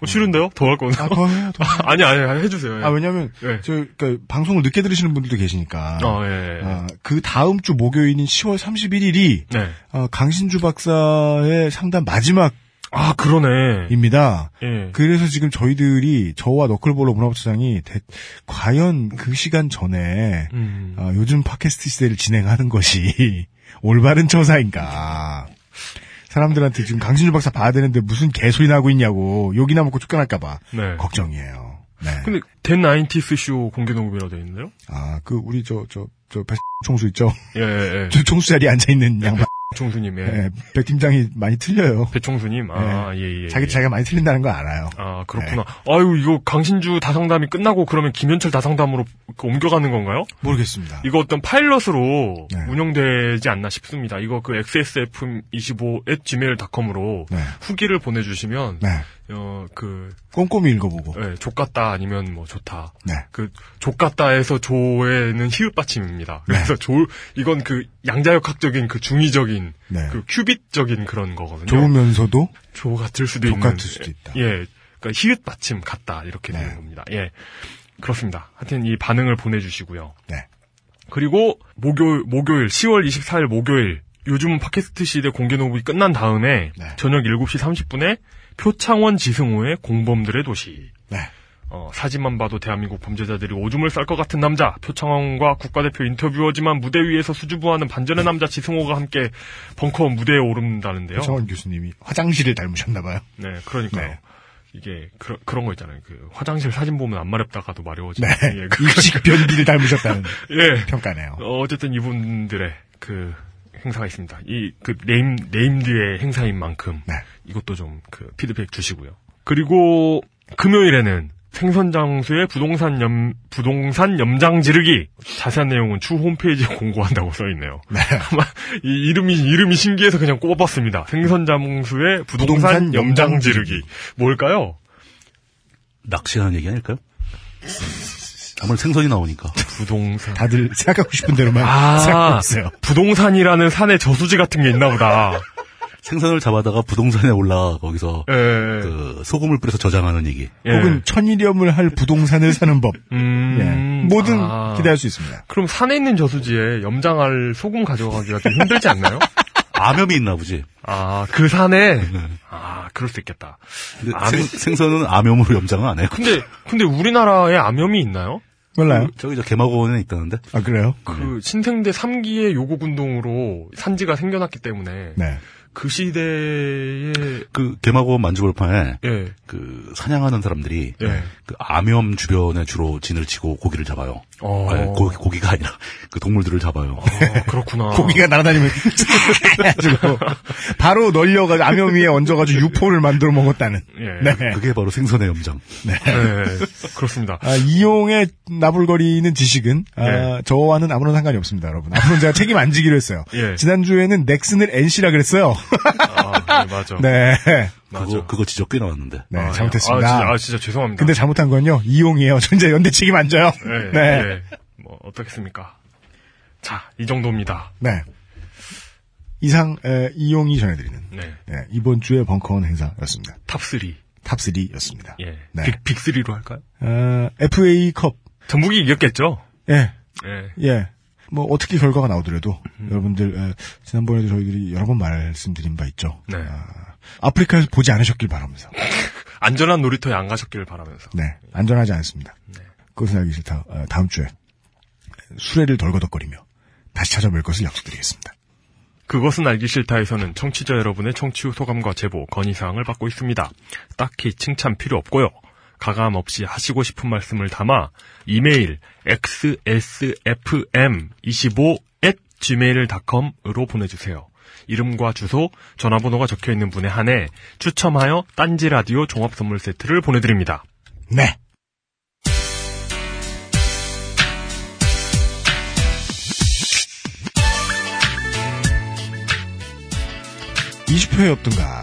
Speaker 3: 어, 싫은데요? 더 할 거는.
Speaker 2: 아, 더 해요, 더. 해요.
Speaker 3: 아니 아니 아니, 해주세요. 예.
Speaker 2: 아, 왜냐면
Speaker 3: 예.
Speaker 2: 저그니까 방송을 늦게 들으시는 분들도 계시니까.
Speaker 3: 어, 예. 예.
Speaker 2: 아, 그 다음 주 목요일인 10월 31일이 아,
Speaker 3: 네.
Speaker 2: 강신주 박사의 상담 마지막입니다.
Speaker 3: 아 그러네. 예.
Speaker 2: 그래서 지금 저희들이 저와 너클볼로 문화부처장이 대- 과연 그 시간 전에
Speaker 3: 음.
Speaker 2: 아, 요즘 팟캐스트 시대를 진행하는 것이 올바른 처사인가. 사람들한테 지금 강신주 박사 봐야 되는데 무슨 개소리 나고 있냐고 욕이나 먹고 쫓겨날까봐
Speaker 3: 네. 그
Speaker 2: 걱정이에요. 네.
Speaker 3: 근데 댄 나인티스 쇼 공개 녹음이라고 되어 있네요.
Speaker 2: 아, 그 우리 저 저저 백 총수 있죠?
Speaker 3: 예, 예, 예.
Speaker 2: 저 총수 자리에 앉아
Speaker 3: 네.
Speaker 2: 있는 양반.
Speaker 3: 총수님, 예.
Speaker 2: 예, 백 팀장이 많이 틀려요.
Speaker 3: 배총수님, 아, 예, 예. 예.
Speaker 2: 자기 예. 자기가 많이 틀린다는 거 알아요.
Speaker 3: 아, 그렇구나. 아유, 이거 강신주 다상담이 끝나고 그러면 김현철 다상담으로 그 옮겨가는 건가요?
Speaker 2: 모르겠습니다.
Speaker 3: 이거 어떤 파일럿으로
Speaker 2: 네.
Speaker 3: 운영되지 않나 싶습니다. 이거 그 xsfm25@gmail.com으로
Speaker 2: 네.
Speaker 3: 후기를 보내주시면
Speaker 2: 네.
Speaker 3: 어, 그
Speaker 2: 꼼꼼히 읽어보고.
Speaker 3: 예, 족같다 아니면 뭐 좋다.
Speaker 2: 네.
Speaker 3: 그 족같다에서 조에는 히읗 받침입니다.
Speaker 2: 네.
Speaker 3: 그래서 조 이건 그 양자역학적인 그 중의적인
Speaker 2: 네.
Speaker 3: 그 큐빗적인 그런 거거든요.
Speaker 2: 좋으면서도
Speaker 3: 조 같을 수도
Speaker 2: 족
Speaker 3: 있는
Speaker 2: 같을 수도 있다. 네.
Speaker 3: 예. 그러니까 히읗 받침 같다 이렇게 되는 겁니다. 예. 그렇습니다. 하여튼 이 반응을 보내 주시고요.
Speaker 2: 네.
Speaker 3: 그리고 목요일 목요일 10월 24일 목요일 요즘은 팟캐스트 시대 공개 녹음이 끝난 다음에
Speaker 2: 네.
Speaker 3: 저녁 7시 30분에 표창원 지승호의 공범들의 도시
Speaker 2: 네.
Speaker 3: 어, 사진만 봐도 대한민국 범죄자들이 오줌을 쌀 것 같은 남자 표창원과 국가대표 인터뷰어지만 무대 위에서 수줍어하는 반전의 남자 지승호가 함께 벙커 무대에 오른다는데요.
Speaker 2: 정원 교수님이 화장실을 닮으셨나 봐요.
Speaker 3: 네, 그러니까요.
Speaker 2: 네.
Speaker 3: 이게 그런 그런 거 있잖아요. 그 화장실 사진 보면 안 마렵다가도 마려워지는
Speaker 2: 네.
Speaker 3: 예, 그,
Speaker 2: 입식 변기를 닮으셨다는
Speaker 3: 예.
Speaker 2: 평가네요.
Speaker 3: 어, 어쨌든 이분들의 그 행사가 있습니다. 이 그 네임 네임드의 행사인 만큼
Speaker 2: 네.
Speaker 3: 이것도 좀 그 피드백 주시고요. 그리고 금요일에는 생선 장수의 부동산 염 부동산 염장 지르기 자세한 내용은 추 홈페이지에 공고한다고 써 있네요. 아마 이 이름이 이름이 신기해서 그냥 꼽아봤습니다. 생선 장수의 부동산,
Speaker 2: 부동산
Speaker 3: 염장
Speaker 2: 염장
Speaker 3: 지르기 뭘까요?
Speaker 4: 낚시하는 얘기 아닐까요? 아무래도 생선이 나오니까.
Speaker 3: 부동산
Speaker 2: 다들 생각하고 싶은 대로만 생각하고
Speaker 3: 아
Speaker 2: 있어요.
Speaker 3: 부동산이라는 산의 저수지 같은 게 있나 보다.
Speaker 4: 생선을 잡아다가 부동산에 올라가 거기서
Speaker 3: 예, 예.
Speaker 4: 그 소금을 뿌려서 저장하는 얘기.
Speaker 3: 예.
Speaker 2: 네. 혹은 천일염을 할 부동산을 사는 법.
Speaker 3: 음,
Speaker 2: 예. 뭐든
Speaker 3: 아.
Speaker 2: 기대할 수 있습니다.
Speaker 3: 그럼 산에 있는 저수지에 염장할 소금 가져가기가 좀 힘들지 않나요?
Speaker 4: 암염이 있나 보지.
Speaker 3: 아, 그 산에?
Speaker 2: 네.
Speaker 3: 아, 그럴 수 있겠다.
Speaker 4: 근데
Speaker 3: 암이-
Speaker 4: 생, 생선은 암염으로 염장을 안 해요.
Speaker 3: 근데, 근데 우리나라에 암염이 있나요?
Speaker 2: 몰라요?
Speaker 4: 저기 저 개마고원에 있다는데.
Speaker 2: 아 그래요?
Speaker 3: 그 신생대 3기의 요국운동으로 산지가 생겨났기 때문에
Speaker 2: 네.
Speaker 3: 그 시대에
Speaker 4: 그 개마고원 만주벌판에
Speaker 3: 예,
Speaker 4: 그 사냥하는 사람들이
Speaker 3: 예.
Speaker 4: 그 암염 주변에 주로 진을 치고 고기를 잡아요.
Speaker 3: 어.
Speaker 4: 아니, 고, 고기가 아니라 그 동물들을 잡아요.
Speaker 3: 아, 그렇구나.
Speaker 2: 고기가 날아다니면 해가지고 바로 널려가지고 암염 위에 얹어가지고 유포를 만들어 먹었다는.
Speaker 3: 예.
Speaker 2: 네.
Speaker 4: 그게 바로 생선의 염장.
Speaker 3: 예, 그렇습니다.
Speaker 2: 아, 이용의 나불거리는 지식은 아,
Speaker 3: 예.
Speaker 2: 저와는 아무런 상관이 없습니다, 여러분. 앞으로 제가 책임 안 지기로 했어요.
Speaker 3: 예.
Speaker 2: 지난주에는 넥슨을 NC라 그랬어요.
Speaker 3: 아, 네, 맞아.
Speaker 2: 네.
Speaker 3: 맞아.
Speaker 4: 그거 그거 지적 꽤 나왔는데.
Speaker 2: 네,
Speaker 3: 아, 예.
Speaker 2: 잘못했습니다.
Speaker 3: 아, 진짜, 아, 진짜 죄송합니다.
Speaker 2: 근데 잘못한 건요, 이용이에요. 저 이제 연대 책임 안 져요.
Speaker 3: 예,
Speaker 2: 네.
Speaker 3: 예. 뭐, 어떻겠습니까? 자, 이 정도입니다.
Speaker 2: 네. 이상, 에, 이용이 전해드리는,
Speaker 3: 네.
Speaker 2: 예, 이번 주의 벙커원 행사였습니다.
Speaker 3: 탑3.
Speaker 2: 탑3였습니다.
Speaker 3: 예.
Speaker 2: 네. 어,
Speaker 3: 빅, 빅3로 할까요?
Speaker 2: FA컵,
Speaker 3: 전북이 이겼겠죠?
Speaker 2: 예,
Speaker 3: 예.
Speaker 2: 예. 뭐 어떻게 결과가 나오더라도
Speaker 3: 음.
Speaker 2: 여러분들 에, 지난번에도 저희들이 여러 번 말씀드린 바 있죠.
Speaker 3: 네.
Speaker 2: 아, 아프리카에서 보지 않으셨길 바라면서.
Speaker 3: 안전한 놀이터에 안 가셨기를 바라면서.
Speaker 2: 네. 안전하지 않습니다.
Speaker 3: 네.
Speaker 2: 그것은 알기 싫다. 어, 다음 주에 수레를 덜거덕거리며 다시 찾아뵐 것을 약속드리겠습니다.
Speaker 3: 그것은 알기 싫다에서는 청취자 여러분의 청취 후 소감과 제보, 건의사항을 받고 있습니다. 딱히 칭찬 필요 없고요. 가감 없이 하시고 싶은 말씀을 담아 이메일 xsfm25 at gmail.com으로 보내주세요. 이름과 주소, 전화번호가 적혀있는 분에 한해 추첨하여 딴지 라디오 종합 선물 세트를 보내드립니다.
Speaker 2: 네. 이0회였던가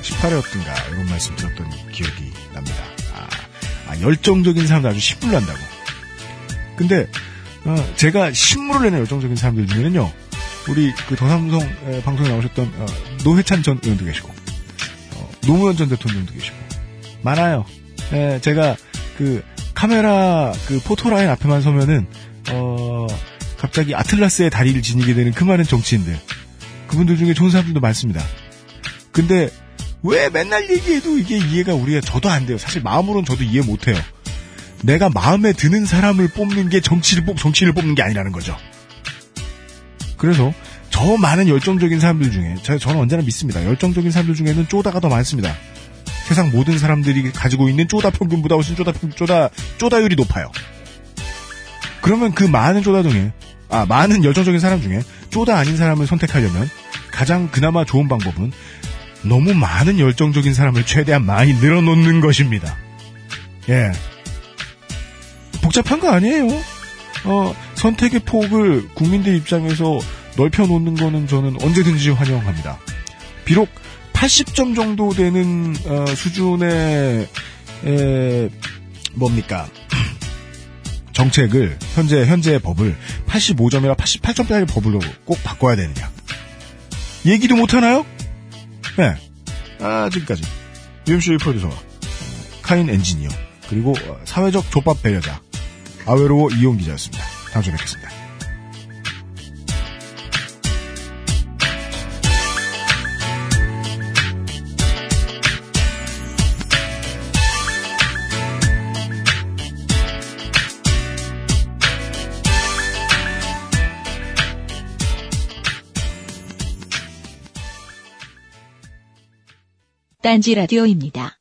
Speaker 2: 18회였던가, 이런 말씀 드렸던 기억이 납니다. 아, 아, 열정적인 사람들 아주 신물 난다고. 근데, 어, 제가 신물을 내는 열정적인 사람들 중에는요, 우리 그 더삼성 에, 방송에 나오셨던 어, 노회찬 전 의원도 계시고, 어, 노무현 전 대통령도 계시고, 많아요. 예, 제가 그 카메라 그 포토라인 앞에만 서면은 어 갑자기 아틀라스의 다리를 지니게 되는 그 많은 정치인들 그분들 중에 좋은 사람들도 많습니다. 근데 왜 맨날 얘기해도 이게 이해가 우리가 저도 안 돼요. 사실 마음으론 저도 이해 못 해요. 내가 마음에 드는 사람을 뽑는 게 정치를 뽑 정치인을 뽑는 게 아니라는 거죠. 그래서 저 많은 열정적인 사람들 중에 저, 저는 언제나 믿습니다. 열정적인 사람들 중에는 쪼다가 더 많습니다. 세상 모든 사람들이 가지고 있는 쪼다 평균보다 훨씬 쪼다 평 쪼다 쪼다율이 높아요. 그러면 그 많은 쪼다 중에 아 많은 열정적인 사람 중에 쪼다 아닌 사람을 선택하려면 가장 그나마 좋은 방법은 너무 많은 열정적인 사람을 최대한 많이 늘어놓는 것입니다. 예. 복잡한 거 아니에요. 어, 선택의 폭을 국민들 입장에서 넓혀놓는 거는 저는 언제든지 환영합니다. 비록 80점 정도 되는 어, 수준의 에, 뭡니까 정책을 현재 현재의 법을 85점이나 88점짜리 법으로 꼭 바꿔야 되느냐 얘기도 못 하나요? 네. 아 지금까지 UMC 프로듀서와 카인 엔지니어 그리고 어, 사회적 족밥 배려자 아외로워 이용 기자였습니다. 다음 주에 뵙겠습니다.
Speaker 1: 딴지 라디오입니다.